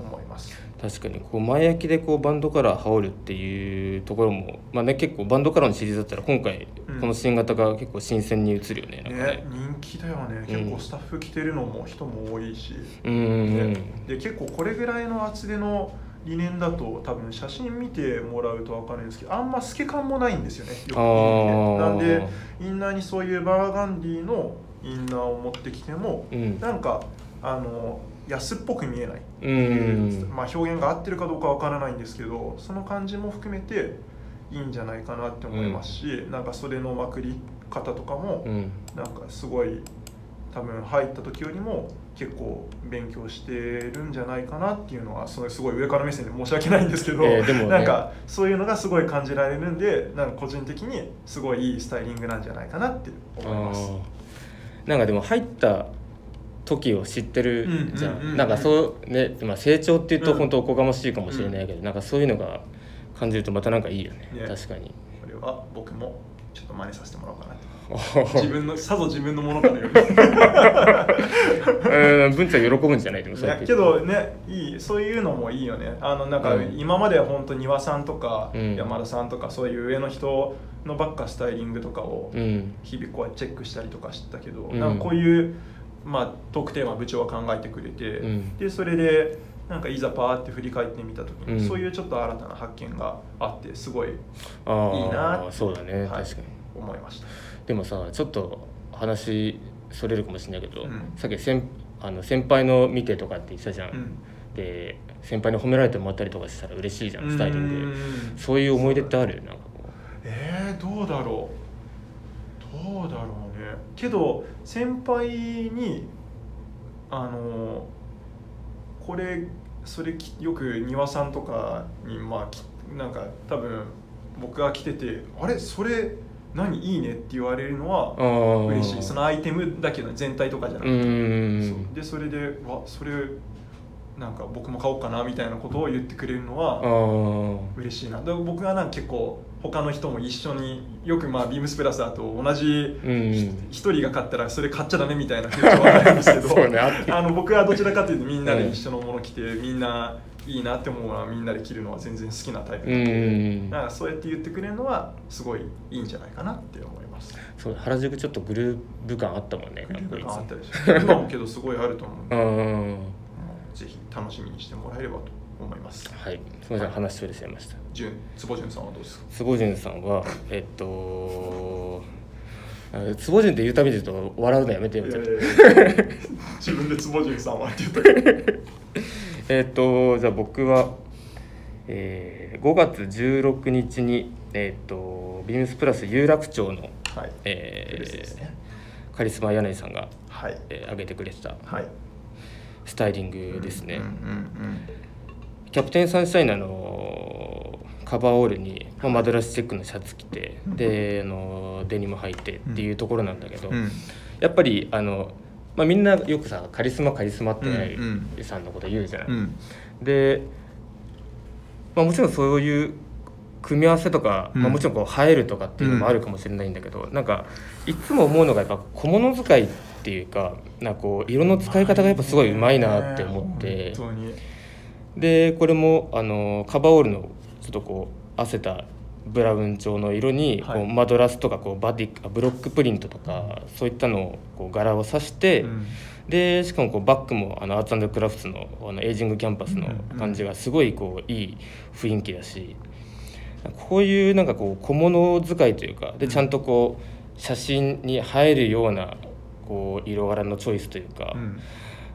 Speaker 2: 思います
Speaker 1: 確かにこう前焼きでこうバンドカラー羽織るっていうところもまあね結構バンドカラーのシリーズだったら今回
Speaker 2: うん
Speaker 1: この新型が結構新鮮に映るよねなんか
Speaker 2: ね
Speaker 1: ね
Speaker 2: 人気だよね
Speaker 1: うん
Speaker 2: 結構スタッフ着てるのも人も多いし、
Speaker 1: うんうんうん、
Speaker 2: ねで結構これぐらいの厚手の理念だと多分写真見てもらうと分かるんですけどあんま透け感もないんですよねよ
Speaker 1: あ
Speaker 2: く見て
Speaker 1: あ
Speaker 2: なんでインナーにそういうバーガンディのインナーを持ってきても
Speaker 1: うん
Speaker 2: なんかあの安っぽく見えない、
Speaker 1: うん
Speaker 2: まあ、表現が合ってるかどうかわからないんですけどその感じも含めていいんじゃないかなって思いますし、なんか袖のまくり方とかも
Speaker 1: うん
Speaker 2: なんかすごい多分入った時よりも結構勉強してるんじゃないかなっていうのはそれすごい上から目線で申し訳ないんですけど、
Speaker 1: えーでもね
Speaker 2: なんかそういうのがすごい感じられるんでなんか個人的にすごいいいスタイリングなんじゃないかなって思います。
Speaker 1: あーなんかでも入った時を知ってるじゃん,、
Speaker 2: うんうんうんうん
Speaker 1: なんかそうね、まあ、成長っていうと
Speaker 2: うん
Speaker 1: 本当おこがましいかもしれないけど、なんかそういうのが感じるとまたなんかいいよね
Speaker 2: ね
Speaker 1: 確かに
Speaker 2: これは僕もちょっと真似させてもらおうかな と自
Speaker 1: う
Speaker 2: 分のさぞ自分のものかのように
Speaker 1: ん文ちゃん喜ぶんじゃないでもそうやっ
Speaker 2: ね
Speaker 1: て
Speaker 2: けどねいいそういうのもいいよねあのなんか
Speaker 1: うん
Speaker 2: 今までは本当丹羽さんとか、
Speaker 1: うん
Speaker 2: 山田さんとかそういう上の人のばっかスタイリングとかを
Speaker 1: うん
Speaker 2: 日々こうやってチェックしたりとかしてたけど、
Speaker 1: うん
Speaker 2: なんかこういう、まあ、トークテーマ部長は考えてくれて、
Speaker 1: うん
Speaker 2: でそれでなんかいざパーって振り返ってみた時に、
Speaker 1: うん
Speaker 2: そういうちょっと新たな発見があってすごい
Speaker 1: ああ
Speaker 2: いいな
Speaker 1: そうだね、
Speaker 2: はい
Speaker 1: 確かに
Speaker 2: 思いました。
Speaker 1: でもさちょっと話それるかもしれないけど、
Speaker 2: うん
Speaker 1: さっき先あの先輩の見てとかって言ってたじゃん、
Speaker 2: うん
Speaker 1: で先輩に褒められてもらったりとかしたら嬉しいじゃんスタイリング
Speaker 2: う
Speaker 1: で。
Speaker 2: ん
Speaker 1: そういう思い出ってあるなんかこ
Speaker 2: えー、どうだろうどうだろうねけど先輩にあのこれそれきよく庭さんとかにまあきなんか多分僕が来てて「あれそれ何いいね」って言われるの
Speaker 1: うあ
Speaker 2: は
Speaker 1: ー
Speaker 2: 嬉しいそのアイテムだけど全体とかじゃな
Speaker 1: う
Speaker 2: くて、
Speaker 1: ー
Speaker 2: そうんでそれで「わそれなんか僕も買おうかな」みたいなことを言ってくれるのは
Speaker 1: あー
Speaker 2: 嬉しいなで僕はなんか結構他の人も一緒によくまあビームスプラスだと同じ
Speaker 1: うん
Speaker 2: ひ一人が買ったらそれ買っちゃダメみたいな風潮はあるんですけど
Speaker 1: そうねあって
Speaker 2: あの僕はどちらかというとみんな
Speaker 1: う
Speaker 2: で
Speaker 1: ん
Speaker 2: 一緒のもの着て、みんないいなって思うのはみんなで着るのは全然好きなタイプ
Speaker 1: うん
Speaker 2: だからそうやって言ってくれるのはすごいいいんじゃないかなって思います
Speaker 1: そう原宿ちょっとグルーブ感あったもんね
Speaker 2: グ
Speaker 1: なん
Speaker 2: ループ感あ
Speaker 1: か
Speaker 2: ったりして今もけどすごいあると思
Speaker 1: いつ
Speaker 2: うんで
Speaker 1: うん
Speaker 2: もうぜひ楽しみにしてもらえればと思います
Speaker 1: はいすみません話しとれちゃいました
Speaker 2: 純坪純さんはどうですか
Speaker 1: 坪淳さんはえっとあ坪淳って言うたびにちょっと笑うのやめて
Speaker 2: い
Speaker 1: よ
Speaker 2: や
Speaker 1: み
Speaker 2: い
Speaker 1: たい
Speaker 2: や
Speaker 1: ない
Speaker 2: や自分で坪純さんはって言ったけど
Speaker 1: えっとじゃあ僕は、えー5月16日にえっとビームスプラス有楽町の、
Speaker 2: はい
Speaker 1: え
Speaker 2: フ
Speaker 1: ー
Speaker 2: ルスですね
Speaker 1: カリスマ柳井さんが、
Speaker 2: はい
Speaker 1: えー上げてくれてた
Speaker 2: はい
Speaker 1: スタイリングですね、
Speaker 2: うんうん
Speaker 1: キャプテンサンシャインのあのカバーオールに、まあ、マドラスチェックのシャツ着てであのデニム履いてっていうところなんだけど、
Speaker 2: うんうん
Speaker 1: やっぱりあの、まあ、みんなよくさカリスマカリスマって柳
Speaker 2: うん
Speaker 1: 井さんのこと言うじゃない、
Speaker 2: うん
Speaker 1: で、まあ、もちろんそういう組み合わせとか、
Speaker 2: うん
Speaker 1: まあ、もちろんこう映えるとかっていうのもあるかもしれないんだけど、なんかいつも思うのがやっぱ小物使いっていうかなんかこう色の使い方がやっぱすごいうまいなって思って、
Speaker 2: 本当に
Speaker 1: でこれもあのカバーオールのちょっとこう汗たブラウン調の色にこう、
Speaker 2: はい
Speaker 1: マドラスとかこうバディあブロックプリントとかそういったのをこう柄を刺して。
Speaker 2: うん
Speaker 1: でしかもこうバッグもあのアーツクラフトのあのエイジングキャンパスの感じがすごいこういい雰囲気だしこういうなんかこう小物使いというかで
Speaker 2: うん
Speaker 1: ちゃんとこう写真に映えるようなこう色柄のチョイスというか、
Speaker 2: うん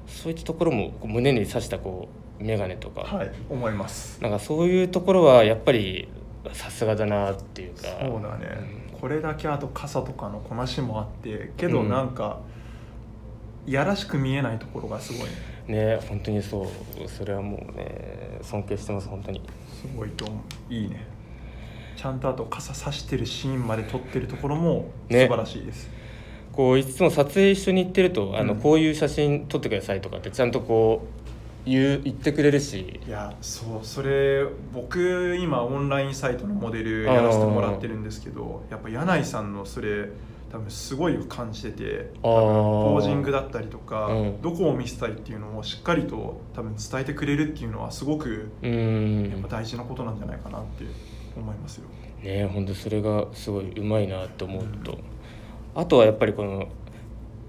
Speaker 1: そういったところもこう胸に刺したこう眼鏡とか、
Speaker 2: はい思います
Speaker 1: なんかそういうところはやっぱりさすがだなっていうか
Speaker 2: そうだね、これだけあと傘とかのこなしもあってけどなんか、いやらしく見えないところがすごいね
Speaker 1: うんね本当にそうそれはもうね尊敬してます本当に。
Speaker 2: すごいと思ういいねちゃんとあと傘さしてるシーンまで撮ってるところも素
Speaker 1: ね
Speaker 2: 晴らしいです、
Speaker 1: こういつも撮影一緒に行ってるとあの、
Speaker 2: うん
Speaker 1: こういう写真撮ってくださいとかってちゃんとこう言う言ってくれるし
Speaker 2: いやそうそれ僕今オンラインサイトのモデルやらせてもらってるんですけどやっぱ柳井さんのそれ多分すごい感じてて
Speaker 1: あー
Speaker 2: 多分ポージングだったりとか、
Speaker 1: うん
Speaker 2: どこを見せたいっていうのをしっかりと多分伝えてくれるっていうのはすごく
Speaker 1: う
Speaker 2: やっぱ
Speaker 1: ん
Speaker 2: 大事なことなんじゃないかなって思いますよ。
Speaker 1: ね本当それがすごいうまいなと思うと、あとはやっぱりこの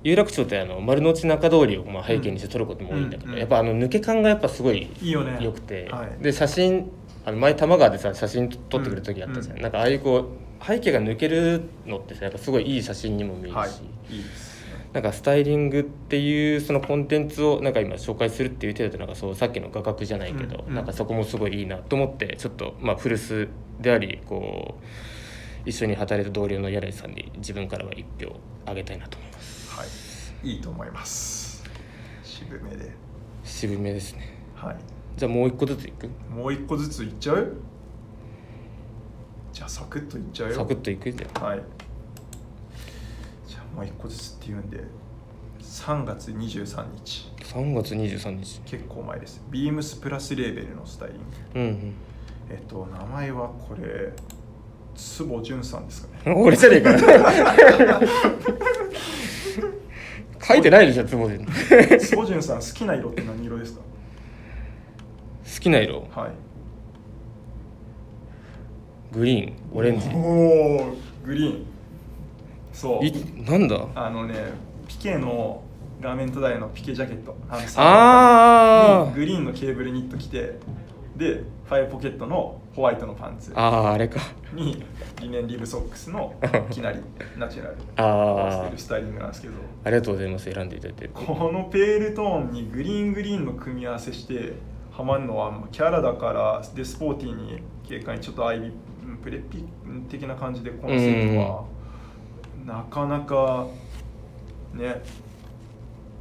Speaker 1: 有楽町ってあの丸の内中通りをまあ背景にして撮ることも多いんだけど、
Speaker 2: うんうん
Speaker 1: やっぱあの抜け感がやっぱすごい
Speaker 2: いいよね。
Speaker 1: 良くて、
Speaker 2: はい。
Speaker 1: で写真あの前多摩川でさ写真撮ってくれた時あったじゃん、
Speaker 2: うん
Speaker 1: なんかああいうこう背景が抜けるのってさやっぱすごいいい写真にも見えるし。
Speaker 2: はい。いいですね。
Speaker 1: なんかスタイリングっていうそのコンテンツをなんか今紹介するっていう程度でなんかそうさっきの画角じゃないけど、
Speaker 2: うんうん
Speaker 1: なんかそこもすごいいいなと思ってちょっとまあ古巣でありこう一緒に働いた同僚の柳井さんに自分からは1票あげたいなと思います
Speaker 2: はい。いいと思います。渋めで。
Speaker 1: 渋めですね
Speaker 2: はい。
Speaker 1: じゃあもう1個ずついく
Speaker 2: もう一個ずついっちゃうじゃあサクッといっちゃうよ。
Speaker 1: サクッといくじゃあ
Speaker 2: はい。じゃあもう一個ずつっていうんで、3月23日。
Speaker 1: 3月23日
Speaker 2: 結構前です。ビームスプラスレーベルのスタイリング。
Speaker 1: うん
Speaker 2: えっと、名前はこれ、坪淳さんですかね。
Speaker 1: うん俺じゃねえか 書いてないでしょつぼで好
Speaker 2: 坪淳さん、好きな色って何色ですか
Speaker 1: きな色
Speaker 2: はい。
Speaker 1: グリーンオレンジ
Speaker 2: おーグリーンそう
Speaker 1: いなんだ
Speaker 2: あのねピケのラーメントダイヤのピケジャケットあの
Speaker 1: あー
Speaker 2: にグリーンのケーブルニット着てでファイブポケットのホワイトのパンツ
Speaker 1: あああれか
Speaker 2: にリネンリブソック スのきなりナチュラル
Speaker 1: あ
Speaker 2: 合わせ
Speaker 1: あ
Speaker 2: てるスタイリングなんですけど
Speaker 1: ありがとうございます選んでいただいて
Speaker 2: このペールトーンにグリーングリーンの組み合わせしてハマるのはもうキャラだからでスポーティーに軽快にちょっとアイビうんプレピ的な感じでこのセットはなかなかね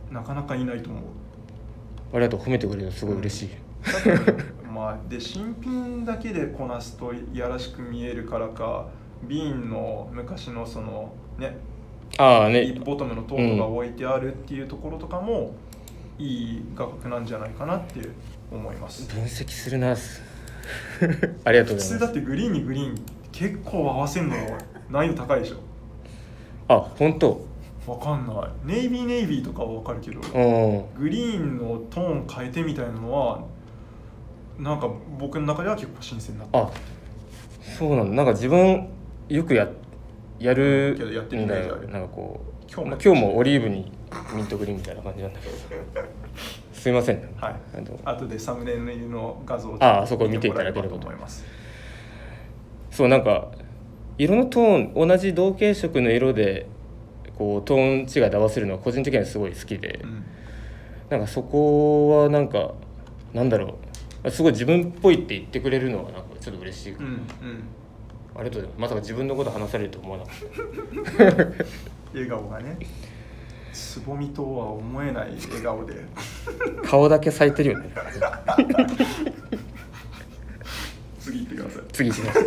Speaker 2: なかなかいないと思う
Speaker 1: ありがとう褒めてくれるのすごい嬉しい、
Speaker 2: 多分まあで新品だけでこなすといやらしく見えるからかビーンの昔のそのね
Speaker 1: ああね
Speaker 2: リップボトムのトートが置いてあるっていうところとかも、いい画角なんじゃないかなって思います
Speaker 1: 分析する なすありがとう
Speaker 2: 普
Speaker 1: ござ
Speaker 2: 通
Speaker 1: いま
Speaker 2: だ
Speaker 1: す
Speaker 2: ってグリーンにグリーン結構合わせるの難易度高いでし
Speaker 1: あ本当
Speaker 2: ょわかんないネイビーネイビーとかはわかるけど
Speaker 1: うん
Speaker 2: グリーンのトーン変えてみたいなのはなんか僕の中では結構新鮮だった
Speaker 1: あそうなんだなんか自分よくややる
Speaker 2: けどやってるイ
Speaker 1: ん
Speaker 2: メ
Speaker 1: だ
Speaker 2: ージあ
Speaker 1: よ
Speaker 2: る
Speaker 1: なんかこう
Speaker 2: 今日も
Speaker 1: まあ今日もオリーブにミントグリーンみたいな感じなんだけ どすいません、
Speaker 2: はい
Speaker 1: あの
Speaker 2: 後でサムネイルの画像を
Speaker 1: ああそこ見ていただければと
Speaker 2: 見てもらえばと思います
Speaker 1: そうなんか色のトーン同じ同系色の色でこうトーン違いで合わせるのは個人的にはすごい好きで、
Speaker 2: うん
Speaker 1: なんかそこはなんかなんだろうすごい自分っぽいって言ってくれるのがなんかちょっと嬉しい、
Speaker 2: うん
Speaker 1: ありがとうございますまさか自分のこと話されると思わなかっ
Speaker 2: うん笑顔がねつぼみとは思えない笑顔で
Speaker 1: た顔だけ咲いてるよね
Speaker 2: 次行ってください
Speaker 1: 次行きます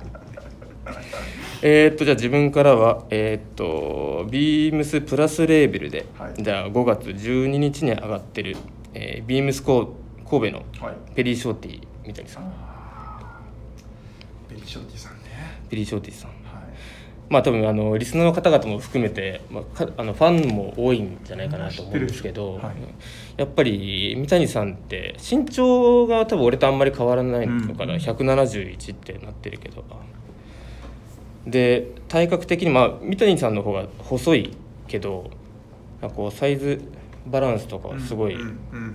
Speaker 1: えーっとじゃあ自分からはえーっとビームスプラスレーベルで、
Speaker 2: はい
Speaker 1: じゃあ5月12日に上がってる、えー、ビームスコ神戸の
Speaker 2: はい
Speaker 1: ペリーショーティーみたいさん
Speaker 2: ベリーショーティーさんね
Speaker 1: ペリーショーティーさん
Speaker 2: はい
Speaker 1: まあ多分あのリスナーの方々も含めて、まあ、かあのファンも多いんじゃないかなと思うんですけど、
Speaker 2: 知ってるはい
Speaker 1: やっぱり三谷さんって身長が多分俺とあんまり変わらないのかな、
Speaker 2: うん
Speaker 1: 171ってなってるけどで体格的にまあ三谷さんの方が細いけどなんかこうサイズバランスとかはすごい
Speaker 2: うんうん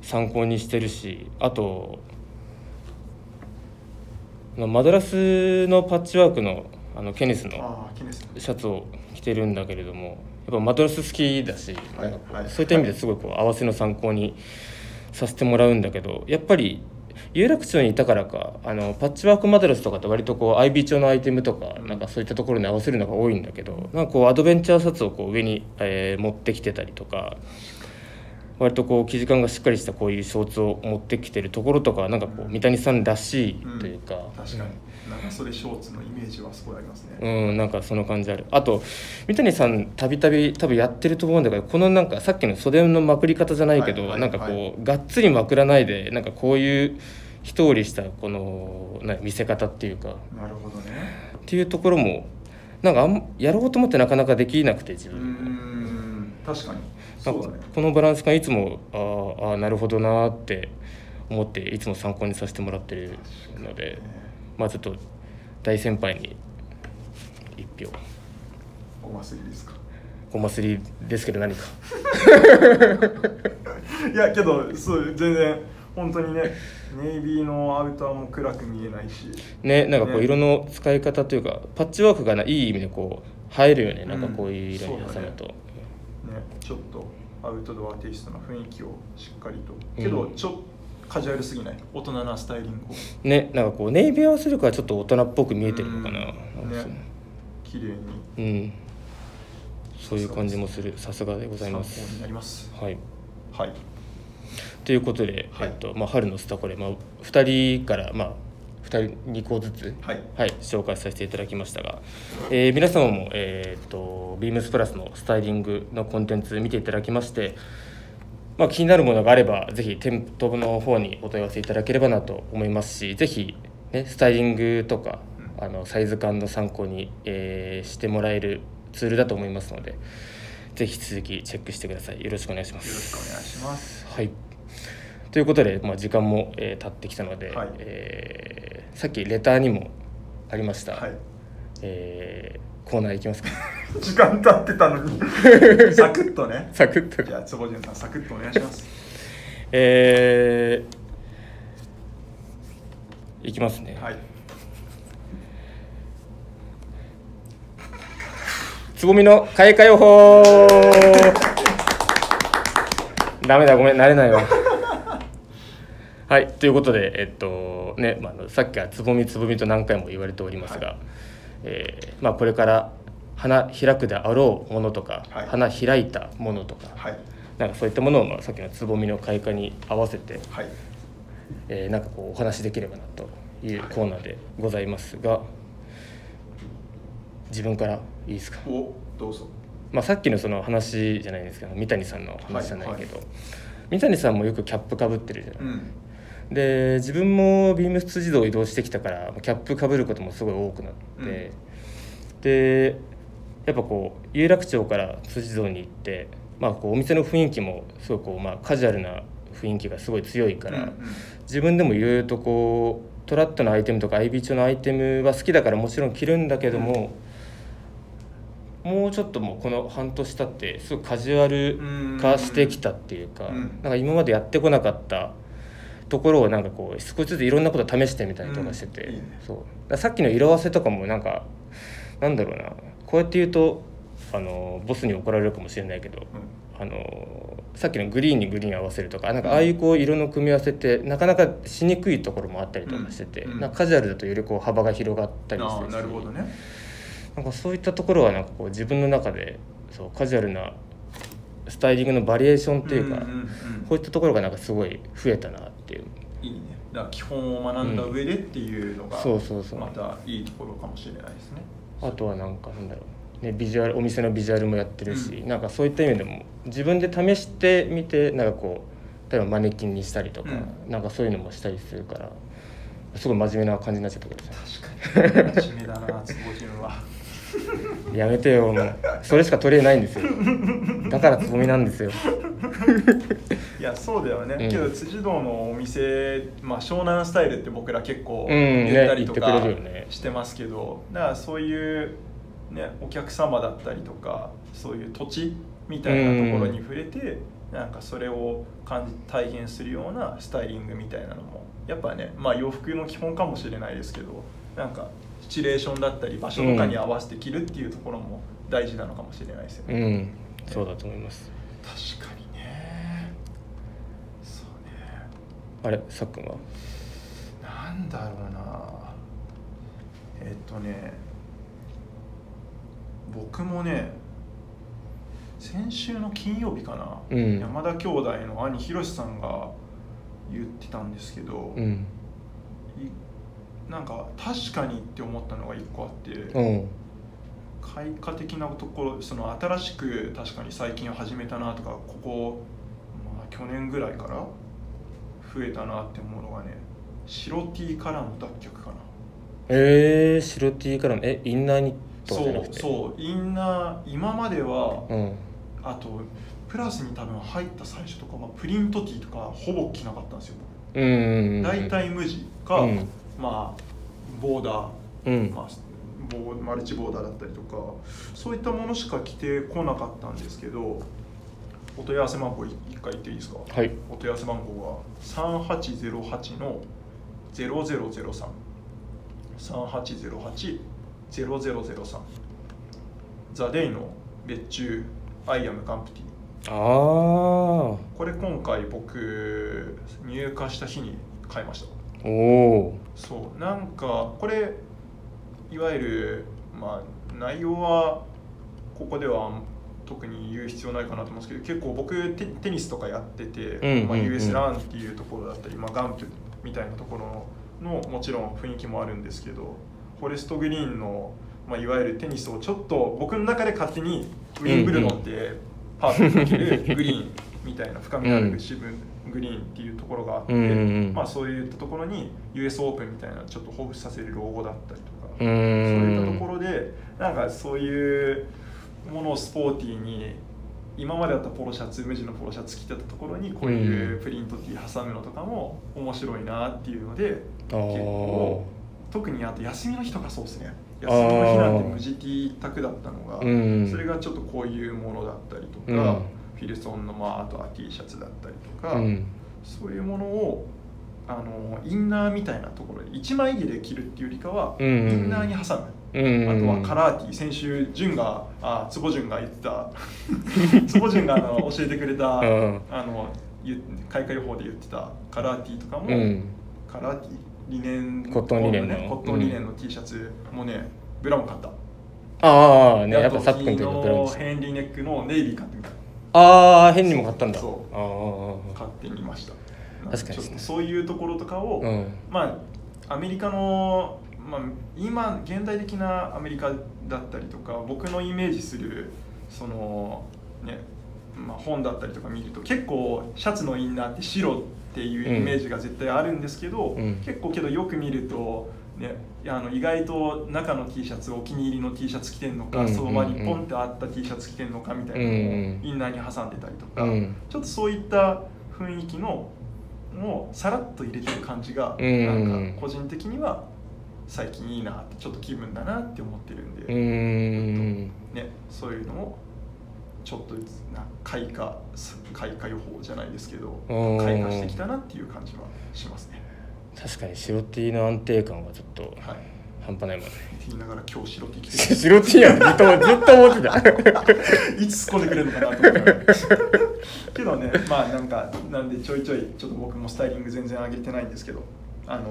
Speaker 1: 参考にしてるしあとまあマドラスのパッチワークのあのケニス
Speaker 2: うん
Speaker 1: の
Speaker 2: ああキネス
Speaker 1: シャツを着てるんだけれどもやっぱマドラス好きだし、
Speaker 2: はい
Speaker 1: なんかこう
Speaker 2: はい
Speaker 1: そういった意味ですごいこう合わせの参考にさせてもらうんだけどやっぱり有楽町にいたからかあのパッチワークマドラスとかって割とこう IB 調のアイテムとか
Speaker 2: うん
Speaker 1: なんかそういったところに合わせるのが多いんだけどなんかこうアドベンチャーシャツをこう上に、えー持ってきてたりとか。割とこう生地感がしっかりしたこういうショーツを持ってきてるところとかなんかこう三谷さんらしいというか、
Speaker 2: 確かに長袖ショーツのイメージはすごいありますね
Speaker 1: うん、なんかその感じあるあと三谷さんたびたび多分やってると思うんだけどこのなんかさっきの袖のまくり方じゃないけど、
Speaker 2: はいはい
Speaker 1: なんかこうがっつりまくらないでなんかこういう一折りしたこのな見せ方っていうか
Speaker 2: なるほどね
Speaker 1: っていうところもなんかあんやろうと思ってなかなかできなくて自
Speaker 2: うー
Speaker 1: 分も
Speaker 2: ん確かに
Speaker 1: なん
Speaker 2: そう
Speaker 1: か
Speaker 2: だね
Speaker 1: このバランス感いつもあーあーなるほどなーって思っていつも参考にさせてもらってるのでまあちょっと大先輩に一票。
Speaker 2: お祭りですか
Speaker 1: ゴマスリですけど何か
Speaker 2: いやけどそう全然本当にねネイビーのアウターも暗く見えないし
Speaker 1: ねなんかこう
Speaker 2: ね
Speaker 1: 色の使い方というかパッチワークがないい意味でこう映えるよねなんかこういう色に
Speaker 2: うん
Speaker 1: 挟むと、
Speaker 2: ね、ちょっとアウトドアテイストな雰囲気をしっかりと
Speaker 1: うん
Speaker 2: けど、ちょカジュアルすぎない大人なスタイリングを
Speaker 1: ねなんかこうネイビー合わせるからちょっと大人っぽく見えてるのかな,なんか
Speaker 2: うん
Speaker 1: そう、
Speaker 2: ね綺麗に
Speaker 1: うんそういう感じもするさすがでござい
Speaker 2: 参
Speaker 1: ま
Speaker 2: 考
Speaker 1: す
Speaker 2: になります
Speaker 1: はい
Speaker 2: はい
Speaker 1: ということで、
Speaker 2: はい
Speaker 1: えっとまあ、春のスタコレ、まあ、2人から、まあ、2人2個ずつ
Speaker 2: はい
Speaker 1: はい、紹介させていただきましたが、えー皆様も、えーっとビームスプラスのスタイリングのコンテンツ見ていただきまして、まあ、気になるものがあればぜひ店頭の方にお問い合わせいただければなと思いますしぜひ、ね、スタイリングとかあのサイズ感の参考に、えーしてもらえるツールだと思いますのでぜひ続きチェックしてくださいよろしくお願いしま
Speaker 2: よろ
Speaker 1: す。
Speaker 2: しくお願いします
Speaker 1: はい。ということで、まあ、時間も、えー経ってきたので、
Speaker 2: はい
Speaker 1: えーさっきレターにもありました、
Speaker 2: はい
Speaker 1: えーコーナーいきますか
Speaker 2: 時間経ってたのにサクッとね
Speaker 1: サクッと
Speaker 2: じゃあ坪潤さんサクッとお願いします
Speaker 1: えーいきますね、
Speaker 2: はい
Speaker 1: つぼみの開花予報ダメだごめん慣れないわはいということでえっとね、まああの、さっきはつぼみつぼみと何回も言われておりますが、
Speaker 2: はい
Speaker 1: えーまあ、これから花開くであろうものとか、
Speaker 2: はい
Speaker 1: 花開いたものとか、
Speaker 2: はい
Speaker 1: なんかそういったものを、まあ、さっきのつぼみの開花に合わせて、
Speaker 2: はい
Speaker 1: えーなんかこうお話しできればなというコーナーでございますが自分からいいですか
Speaker 2: おどうぞ
Speaker 1: まあ、さっきのその話じゃないですけど三谷さんの話じゃないけど、
Speaker 2: は
Speaker 1: 三谷さんもよくキャップかぶってるじゃない、
Speaker 2: うん
Speaker 1: で自分もビームス自動移動してきたからキャップかぶることもすごい多くなって、でやっぱこう有楽町から辻堂に行って、まあ、こうお店の雰囲気もすごいこう、まあ、カジュアルな雰囲気がすごい強いから、
Speaker 2: うんうん
Speaker 1: 自分でもいろいろとこうトラットのアイテムとかアイビーチョのアイテムは好きだからもちろん着るんだけども、もうちょっともうこの半年経ってすごいカジュアル化してきたっていうか、
Speaker 2: うんうん
Speaker 1: なんか今までやってこなかったところをなんかこう少しずついろんなこと試してみたりとかしてて、
Speaker 2: うんいいね
Speaker 1: そうだからさっきの色あせとかもなんかなんだろうなこうやって言うとあのボスに怒られるかもしれないけど、あのさっきのグリーンにグリーン合わせるとかなんかああいうこう色の組み合わせってなかなかしにくいところもあったりとかしてて、
Speaker 2: うんうん
Speaker 1: なんかカジュアルだとよりこう幅が広がったり
Speaker 2: あ
Speaker 1: す
Speaker 2: ー
Speaker 1: るし
Speaker 2: なるほどね
Speaker 1: なんかそういったところはなんかこう自分の中でそうカジュアルなスタイリングのバリエーションっていうか、
Speaker 2: んんん
Speaker 1: こういったところがなんかすごい増えたなっていう
Speaker 2: いいねだから基本を学んだ上でっていうのが、
Speaker 1: そうそうそう
Speaker 2: またいいところかもしれないですね
Speaker 1: あとはなんかなんだろう、ね、ビジュアルお店のビジュアルもやってるし、
Speaker 2: う
Speaker 1: なんかそういった意味でも自分で試してみてなんかこう例えばマネキンにしたりとか、
Speaker 2: う
Speaker 1: なんかそういうのもしたりするからすごい真面目な感じになっちゃったけどさ
Speaker 2: 確かに真面目だな坪純は
Speaker 1: やめてよもうそれしか取れないんですよだからつぼみなんですよ
Speaker 2: いやそうだよね、
Speaker 1: うん
Speaker 2: けど辻堂のお店、まあ、湘南スタイルって僕ら結構
Speaker 1: うん
Speaker 2: 言
Speaker 1: ね
Speaker 2: ったりと
Speaker 1: 言
Speaker 2: か
Speaker 1: ってくれるよね
Speaker 2: してますけど、だからそういう、ね、お客様だったりとかそういう土地みたいなところに触れて、なんかそれを感じ体現するようなスタイリングみたいなのもやっぱね、まあ、洋服の基本かもしれないですけどなんかシチュエーションだったり場所とかに合わせて着るっていうところも大事なのかもしれないですよね。
Speaker 1: うんそうだと思います
Speaker 2: 確かにねそうね
Speaker 1: あれさっくんは
Speaker 2: なんだろうなえっとね僕もね先週の金曜日かな、
Speaker 1: うん
Speaker 2: 山田兄弟の兄ひろしさんが言ってたんですけど、
Speaker 1: うん
Speaker 2: いなんか確かにって思ったのが一個あって、
Speaker 1: うん
Speaker 2: 開花的なところその新しく確かに最近始めたなとかここ、まあ、去年ぐらいから増えたなって思うのがね白 T からの脱却かな
Speaker 1: えー、白 T からのえインナーにとか
Speaker 2: そ
Speaker 1: じゃなく
Speaker 2: う
Speaker 1: て
Speaker 2: そうインナー今までは、
Speaker 1: うん
Speaker 2: あとプラスに多分入った最初とか、まあ、プリント T とかほぼ着なかったんですよ
Speaker 1: うんうんうん
Speaker 2: 大体無地か、
Speaker 1: うん
Speaker 2: まあボーダー
Speaker 1: うん
Speaker 2: まあボーマルチボーダーだったりとかそういったものしか着てこなかったんですけどお問い合わせ番号1回言っていいですか
Speaker 1: はい
Speaker 2: お問い合わせ番号が3808の0003 3808-0003ザ・デイの別注アイアムカンプティ
Speaker 1: ああ
Speaker 2: これ今回僕入荷した日に買いました
Speaker 1: おお
Speaker 2: そうなんかこれいわゆる、まあ、内容はここでは特に言う必要ないかなと思うんですけど結構僕テテニスとかやってて、
Speaker 1: うん
Speaker 2: まあ、
Speaker 1: うんうん
Speaker 2: US ランっていうところだったり、まあ、ガンプみたいなところのもちろん雰囲気もあるんですけどフォレストグリーンの、まあ、いわゆるテニスをちょっと僕の中で勝手にウィンブルドンってパーフェクトできるグリーンみたいな深みのある渋グリーンっていうところがあって、
Speaker 1: うんうんうん
Speaker 2: まあ、そういったところに US オープンみたいなちょっと彷彿させるロゴだったりとか、
Speaker 1: う
Speaker 2: そういった
Speaker 1: ん
Speaker 2: ところでなんかそういうものをスポーティーに今までだったポロシャツ無地のポロシャツ着てたところにこういうプリント T 挟むのとかも面白いなっていうので
Speaker 1: あー
Speaker 2: 結構特にあと休みの日とかそうですね休みの日なんて無地 T 一択だったのが、
Speaker 1: うん
Speaker 2: それがちょっとこういうものだったりとか、
Speaker 1: うん
Speaker 2: フィルソンのまああとは T シャツだったりとか。
Speaker 1: うん
Speaker 2: そういうものをあのインナーみたいなところで一枚着で着るっていうよりかは、
Speaker 1: うんうんうん
Speaker 2: インナーに挟む。
Speaker 1: うん
Speaker 2: あとはカラーティー先週潤があ坪潤が言って た坪潤があの教えてくれたあ
Speaker 1: うん
Speaker 2: のゆ開花予報で言ってたカラーティーとかも、
Speaker 1: うん
Speaker 2: カラーティーリネン
Speaker 1: コットンリネンの
Speaker 2: ねコットンリネンの T シャツもね、ブラウン買った
Speaker 1: ああね
Speaker 2: で
Speaker 1: や
Speaker 2: あ
Speaker 1: っ
Speaker 2: と
Speaker 1: ぱさっくんという
Speaker 2: 昨日
Speaker 1: のブランチ
Speaker 2: ヘンリーネックのネイビー買ってみた
Speaker 1: ああ変にも買ったんだ
Speaker 2: そ
Speaker 1: あー
Speaker 2: 買ってみました
Speaker 1: 確かに
Speaker 2: ちょっとそういうところとかを、
Speaker 1: うん
Speaker 2: まあアメリカの、まあ、今現代的なアメリカだったりとか僕のイメージするそのね、まあ、本だったりとか見ると結構シャツのインナーって白っていうイメージが絶対あるんですけど、
Speaker 1: うん
Speaker 2: 結構けどよく見ると。ね、いやあの意外と中の T シャツお気に入りの T シャツ着てんのか、
Speaker 1: うんうんうん
Speaker 2: その場にポンってあった T シャツ着てんのかみたいなのをインナーに挟んでたりとか、
Speaker 1: うん
Speaker 2: ちょっとそういった雰囲気のをさらっと入れてる感じが
Speaker 1: うん
Speaker 2: なんか個人的には最近いいなってちょっと気分だなって思ってるんで、
Speaker 1: うーん
Speaker 2: ね、そういうのをちょっとずつな開花す開花予報じゃないですけど
Speaker 1: うん
Speaker 2: 開花してきたなっていう感じはしますね。
Speaker 1: 確かに白 T の安定感はちょっと
Speaker 2: はい、っ
Speaker 1: 半端ないもんね
Speaker 2: て言いながら今日白 T 着て
Speaker 1: 白 T やんずっとずっと思ってた
Speaker 2: いつ突っ込んでくれるのかなと思ったらけどねまあなんかなんでちょいちょいちょっと僕もスタイリング全然上げてないんですけどあの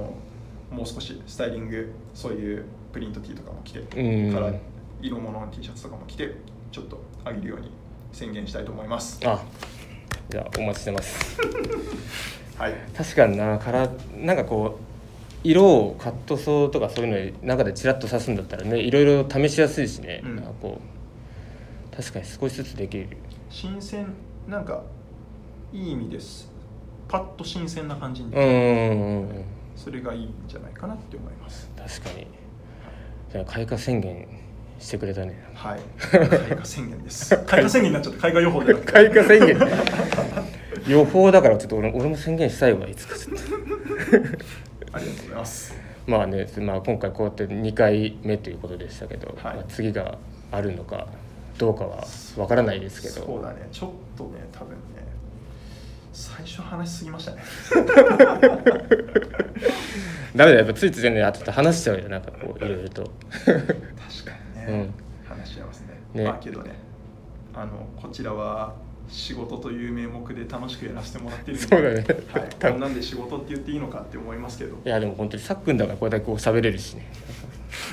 Speaker 2: もう少しスタイリングそういうプリント T とかも着て
Speaker 1: うん
Speaker 2: から色物の T シャツとかも着てちょっと上げるように宣言したいと思います
Speaker 1: あじゃあお待ちしてます
Speaker 2: はい
Speaker 1: 確かになからなんかこう色をカットソーとかそういうの中でちらっと刺すんだったらねいろいろ試しやすいしね、
Speaker 2: うん
Speaker 1: なんかこう確かに少しずつできる
Speaker 2: 新鮮なんかいい意味ですパッと新鮮な感じに、
Speaker 1: うんうんうんうん
Speaker 2: それがいいんじゃないかなって思います
Speaker 1: 確かにじゃあ開花宣言してくれたね
Speaker 2: はい 開花宣言です開花宣言になっちゃった開花予報じゃなくて
Speaker 1: 開花宣言 予報だからちょっと俺俺も宣言したいわいつかちょっと
Speaker 2: ありがとうございます
Speaker 1: まあね、まあ、今回こうやって2回目ということでしたけど、
Speaker 2: はい
Speaker 1: まあ次があるのかどうかはわからないですけど
Speaker 2: そうだねちょっとね多分ね最初話しすぎまし たね
Speaker 1: ダメだやっぱついついねあちょっと話しちゃうよなんかこういろいろと
Speaker 2: 確かにね、
Speaker 1: うん
Speaker 2: 話し合いますね
Speaker 1: ね
Speaker 2: まあけどねあのこちらは仕事という名目で楽しくやらせてもらってるんで
Speaker 1: そうだね
Speaker 2: はい、こんなんで仕事って言っていいのかって思いますけど
Speaker 1: いやでも本当にさっくんだからこれだけこう喋れるしね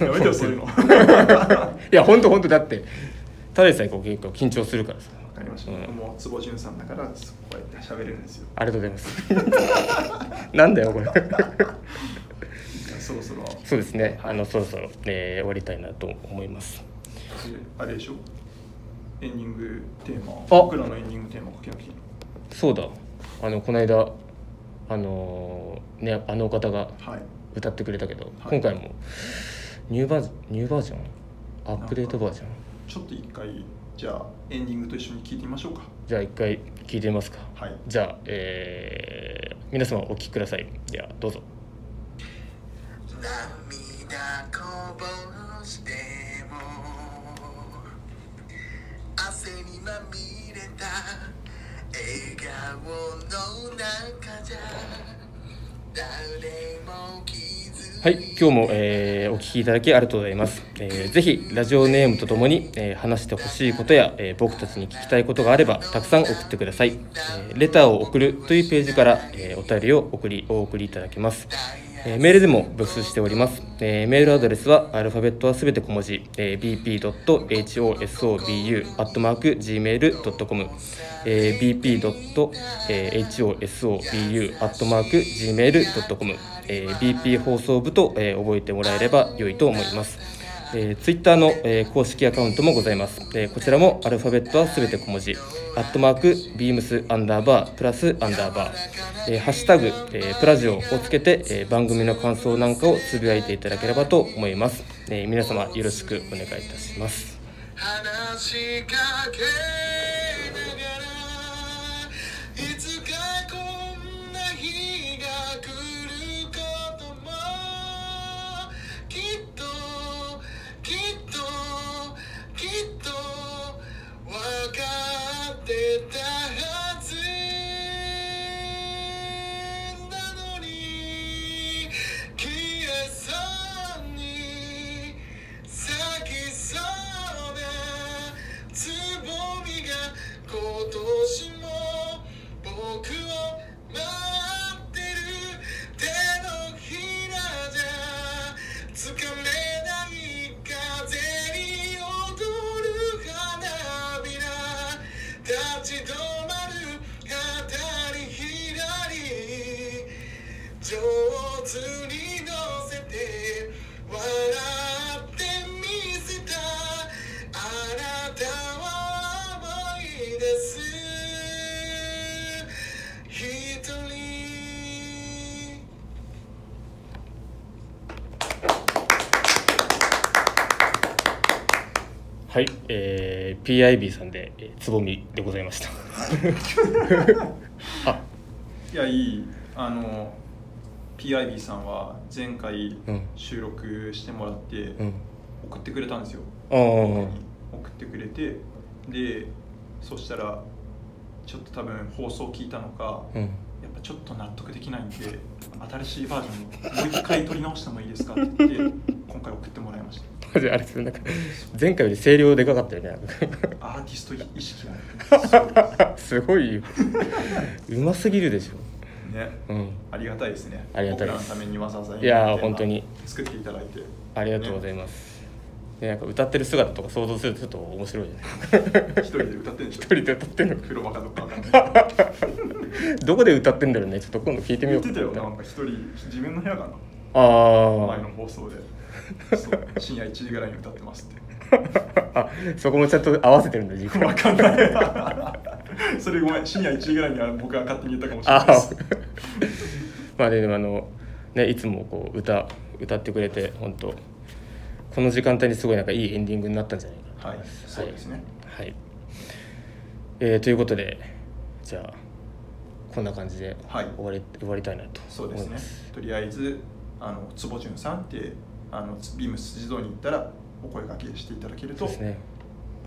Speaker 2: やめてよそういうのわ
Speaker 1: いや本当本当だってただでさえこう結構緊張するからさ
Speaker 2: かりました、
Speaker 1: うん
Speaker 2: もう坪潤さんだからこうやって喋れるんですよ
Speaker 1: ありがとうございますなんだよこれ
Speaker 2: じゃあそろそろ
Speaker 1: そうですねあのそろそろ、えー終わりたいなと思います
Speaker 2: えあれでしょエンディングテーマ
Speaker 1: あ
Speaker 2: 僕らのエンディングテーマ書けなくていいの
Speaker 1: そうだあのこの間あのーねあのお方が
Speaker 2: はい
Speaker 1: 歌ってくれたけど、
Speaker 2: はい
Speaker 1: 今回もニューバージニューバージョンアップデートバージョン
Speaker 2: ちょっと一回じゃあエンディングと一緒に聞いてみましょうか
Speaker 1: じゃあ一回聞いてみますか
Speaker 2: はい
Speaker 1: じゃあ、えー皆様お聞きくださいではどうぞ
Speaker 3: 涙こぼしても汗にまみれた笑顔の中じゃ誰も気づい
Speaker 1: はい、今日も、えーお聞きいただきありがとうございます。えーぜひラジオネームとともに、えー話してほしいことや、えー僕たちに聞きたいことがあればたくさん送ってください。えーレターを送るというページから、えーお便りを送りお送りいただけます。えーメールでも募集しております。えーメールアドレスはアルファベットはすべて小文字、えー bp.hosobu.gmail.com、えー bp.hosobu.gmail.com、えー BP 放送部と、えー覚えてもらえれば良いと思います。えー、Twitter の、えー公式アカウントもございます。えーこちらもアルファベットはすべて小文字、アットマーク、ビームスアンダーバー、プラスアンダーバー、えーハッシュタグ、えープラジオをつけて、えー番組の感想なんかをつぶやいていただければと思います。えー皆様よろしくお願いいたします。
Speaker 3: 話しかけながらいつかこんな日が来ることもきっときっときっと分かってたはずなのに消えそうに咲きそうなつぼみが今年も僕を待ってる手のひらじゃつかめない風に踊る花びら立ち止まる辺り左上手に乗せて笑ってみせたあなたは思い出す一人
Speaker 1: はい、えー PIB さんで、えーつぼみでございました。あ、
Speaker 2: いやいいあの PIB さんは前回
Speaker 1: うん
Speaker 2: 収録してもらって
Speaker 1: うん
Speaker 2: 送ってくれたんですよ、
Speaker 1: ああ
Speaker 2: 送ってくれてでそしたらちょっと多分放送聞いたのか、
Speaker 1: うん
Speaker 2: やっぱちょっと納得できないんで新しいバージョンをもう一回取り直してもいいですかって言って今回送ってもら いまし
Speaker 1: マジあれですねなんか前回より声量でかかったよね
Speaker 2: たアーティスト意識があ
Speaker 1: すごいようますぎるでし
Speaker 2: るね
Speaker 1: ょうん
Speaker 2: ありがたいですね
Speaker 1: ありがたいです
Speaker 2: 僕らのためにわざわざ
Speaker 1: いやー
Speaker 2: テマ
Speaker 1: 本当に
Speaker 2: 作っていただいて
Speaker 1: ありがとうございます、でなんか歌ってる姿とか想像するとちょっと面 白いじゃない
Speaker 2: 一人で歌ってるんでし
Speaker 1: 一
Speaker 2: ょ
Speaker 1: 人で歌ってんの
Speaker 2: 風呂場かどっかわかんない
Speaker 1: どこで歌ってんだろうねちょっと今度聞いてみ
Speaker 2: 言
Speaker 1: よう
Speaker 2: ってたよなんか一人自分の部屋かな
Speaker 1: あ
Speaker 2: 前の
Speaker 1: ー
Speaker 2: 放送でそう深夜1時ぐらいに歌ってますっ
Speaker 1: あ そこもちゃんと合わせてるんだ時
Speaker 2: てわ
Speaker 1: 間
Speaker 2: かんないそれごめん深夜1時ぐらいには僕が勝手に言ったかもしれ
Speaker 1: あ
Speaker 2: ないです
Speaker 1: ー まあででもあのねいつもこう歌歌ってくれて本当この時間帯にすごいなんかいいエンディングになったんじゃないかな
Speaker 2: はいそうですね
Speaker 1: はい、えーということでじゃあこんな感じで
Speaker 2: はい
Speaker 1: 終わり,、終わりたいなと
Speaker 2: そう
Speaker 1: 思
Speaker 2: です
Speaker 1: い
Speaker 2: ね
Speaker 1: ます。
Speaker 2: とりあえずあの坪潤さんってあのビームス児童に行ったらお声掛けしていただける
Speaker 1: そ
Speaker 2: と
Speaker 1: うですね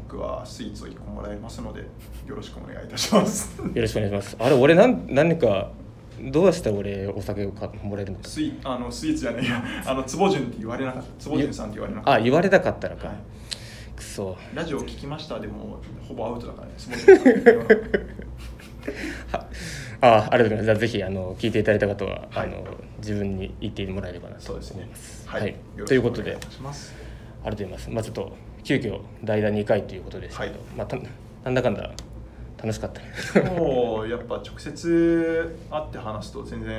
Speaker 2: 僕はスイーツを1個もらえますのでよろしくお願いいたします。
Speaker 1: よろしくお願いします。あれ俺なん何かどうしたら俺お酒をかもらえるのか。
Speaker 2: スイあのスイーツじゃねえやあの坪潤って言われなかった坪潤さんって言われなかっ
Speaker 1: あ言われなかったら
Speaker 2: た。
Speaker 1: か。
Speaker 2: はい
Speaker 1: くそ
Speaker 2: ラジオ聞きましたでもほぼアウトだからね。坪潤さんって言わなかっ
Speaker 1: はあありがとうございます。じゃあぜひあの聞いていただいた方は、
Speaker 2: は
Speaker 1: あ
Speaker 2: い
Speaker 1: の自分に言ってもらえればな
Speaker 2: た
Speaker 1: と
Speaker 2: そうです
Speaker 1: 思い
Speaker 2: ね
Speaker 1: ます。。
Speaker 2: は
Speaker 1: はいい。。
Speaker 2: よろ
Speaker 1: とい
Speaker 2: し
Speaker 1: う
Speaker 2: くお
Speaker 1: こと
Speaker 2: 願い
Speaker 1: で
Speaker 2: い。たします。
Speaker 1: ありがとうございます。まあちょっと急遽代打2回ということですけど、
Speaker 2: はい
Speaker 1: まあたなんだかんだ楽しかったね。
Speaker 2: もうやっぱ直接会って話すと全然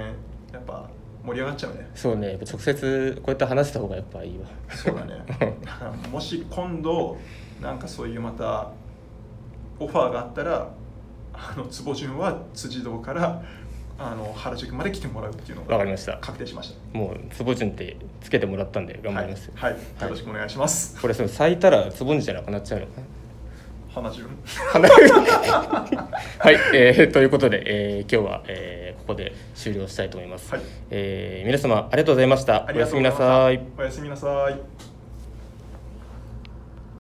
Speaker 2: やっぱ盛り上がっちゃうね。
Speaker 1: そうね、やっぱ直接こうやって話した方がやっぱいいわ。
Speaker 2: そうだねだから もし今度なんかそういうまたオファーがあったらあの坪潤は辻堂からあの原宿まで来てもらうっていうの
Speaker 1: わか
Speaker 2: が
Speaker 1: りました。
Speaker 2: 確定しまし
Speaker 1: もうつぼじゅんってつけてもらったんで
Speaker 2: た
Speaker 1: 頑張ります。
Speaker 2: はい、はい、よろしくお願いします、
Speaker 1: これその咲いたらつぼんじじゃなくなっちゃうのかな。
Speaker 2: 花潤
Speaker 1: 花 はい、えーということで、えー今日は、えーここで終了したいと思います。
Speaker 2: はい
Speaker 1: えー皆様ありがとうございました。
Speaker 2: あ
Speaker 1: お
Speaker 2: り
Speaker 1: や
Speaker 2: が
Speaker 1: す
Speaker 2: とう
Speaker 1: み
Speaker 2: ござ
Speaker 1: ない
Speaker 2: ました
Speaker 1: さい。
Speaker 2: おやすみなさい